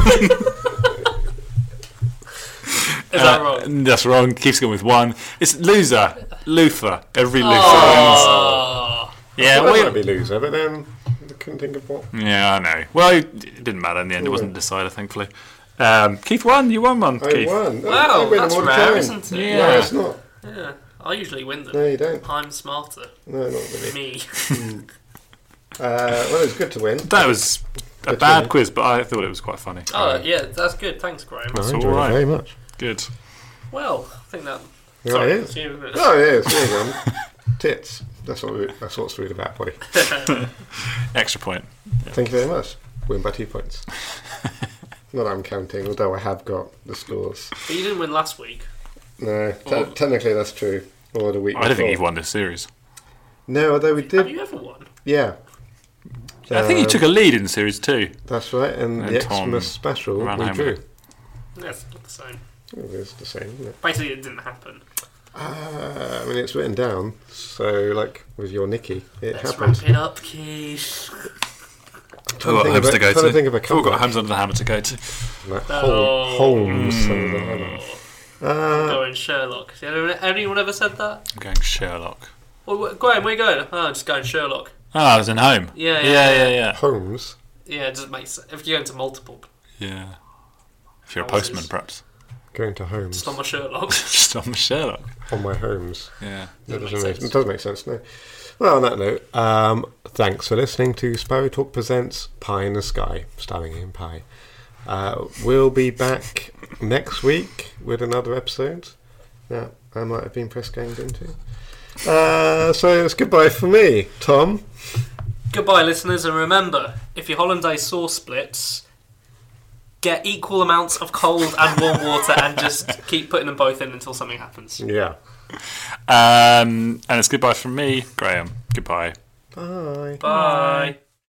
Speaker 2: Is that
Speaker 3: Uh,
Speaker 2: wrong?
Speaker 3: That's wrong. Keeps going with one. It's loser. Luther. Every loser
Speaker 2: Oh,
Speaker 3: wins. Yeah,
Speaker 1: Well, that
Speaker 3: well,
Speaker 1: might be loser, but then I couldn't think of what.
Speaker 3: yeah, I know. Well, it didn't matter in the end. It wasn't a decider, thankfully. Um, Keith won. You won one,
Speaker 1: I
Speaker 3: Keith.
Speaker 1: won. I
Speaker 2: wow,
Speaker 1: win
Speaker 2: that's
Speaker 1: all the
Speaker 2: rare,
Speaker 1: time.
Speaker 2: isn't it?
Speaker 3: Yeah.
Speaker 1: No, it's not.
Speaker 2: Yeah. I usually win them.
Speaker 1: No, you don't.
Speaker 2: I'm smarter.
Speaker 1: No, not really.
Speaker 2: Me.
Speaker 1: Uh, well, it's good to win.
Speaker 3: That was a
Speaker 1: That's
Speaker 3: bad
Speaker 1: really-
Speaker 3: quiz, but I thought it was quite funny.
Speaker 2: Oh, yeah, that's good. Thanks, Graham.
Speaker 1: I
Speaker 3: It's
Speaker 1: enjoyed
Speaker 3: all right.
Speaker 1: it very much.
Speaker 3: Good.
Speaker 2: Well, I think that.
Speaker 1: Yeah,
Speaker 2: Sorry,
Speaker 1: it is.
Speaker 2: it's you, isn't it?
Speaker 1: Oh, yeah, it's really one. (laughs) Tits. That's what we, that's what's rude about body.
Speaker 3: Extra point.
Speaker 1: Thank you very much. Win by two
Speaker 3: (laughs)
Speaker 1: points. Not that I'm counting, although I have got the scores.
Speaker 2: (laughs) But you didn't win last week.
Speaker 1: No, te-
Speaker 3: Oh.
Speaker 1: technically that's true. Or the week
Speaker 3: I don't think
Speaker 1: before.
Speaker 3: you've won this series.
Speaker 1: No, although we
Speaker 2: Have
Speaker 1: did.
Speaker 2: you ever won?
Speaker 1: Yeah.
Speaker 3: I think you
Speaker 1: Um,
Speaker 3: took a lead in series two.
Speaker 1: That's right, and,
Speaker 3: And
Speaker 1: the
Speaker 3: Tom
Speaker 1: Xmas special
Speaker 3: ran
Speaker 1: we
Speaker 3: home
Speaker 1: drew.
Speaker 3: with
Speaker 1: It.
Speaker 2: No, it's not the same.
Speaker 1: was the same, isn't it?
Speaker 2: Basically, it didn't happen.
Speaker 1: Uh, I mean, it's written down, so like with your Nicky, it
Speaker 2: Let's
Speaker 1: happens.
Speaker 2: wrap it up, Keith.
Speaker 3: Who got
Speaker 1: think
Speaker 3: Holmes
Speaker 1: of
Speaker 3: to
Speaker 1: a-
Speaker 3: go
Speaker 1: trying
Speaker 3: to?
Speaker 1: to think of a
Speaker 3: Who got
Speaker 1: comeback.
Speaker 3: Holmes under the hammer to go to?
Speaker 1: Like,
Speaker 2: Oh.
Speaker 1: Hol- Holmes.
Speaker 3: Mm.
Speaker 1: something like that. Uh,
Speaker 2: Going Sherlock. Has anyone- Anyone ever said that?
Speaker 3: I'm going Sherlock.
Speaker 2: Well, wh- Graham, where are you going? Oh, I'm just going Sherlock.
Speaker 3: Ah, I was in home.
Speaker 2: Yeah, yeah,
Speaker 3: yeah, yeah,
Speaker 2: yeah.
Speaker 3: yeah.
Speaker 1: Holmes.
Speaker 2: Yeah, it doesn't make sense. If you go into multiple,
Speaker 3: Yeah. If you're a
Speaker 2: Houses.
Speaker 3: postman, perhaps.
Speaker 1: Going to Holmes.
Speaker 2: it's not my Sherlock. (laughs)
Speaker 3: Just on Sherlock.
Speaker 1: On my Holmes.
Speaker 3: Yeah.
Speaker 1: That
Speaker 2: Doesn't
Speaker 1: doesn't
Speaker 2: make
Speaker 1: make,
Speaker 2: sense.
Speaker 1: it doesn't make sense, no. Well, on that note, um, thanks for listening to Sparrow Talk Presents Pie in the Sky, starring in Pie. Uh, we'll be back next week with another episode that I might have been press ganged into. Uh, so it's goodbye for me, Tom.
Speaker 2: Goodbye, listeners, and remember if your hollandaise sauce splits, get equal amounts of cold and warm water
Speaker 1: (laughs)
Speaker 2: and just keep putting them both in until something happens.
Speaker 1: Yeah.
Speaker 3: Um, and it's goodbye from me, Graham. Goodbye.
Speaker 1: Bye.
Speaker 2: Bye.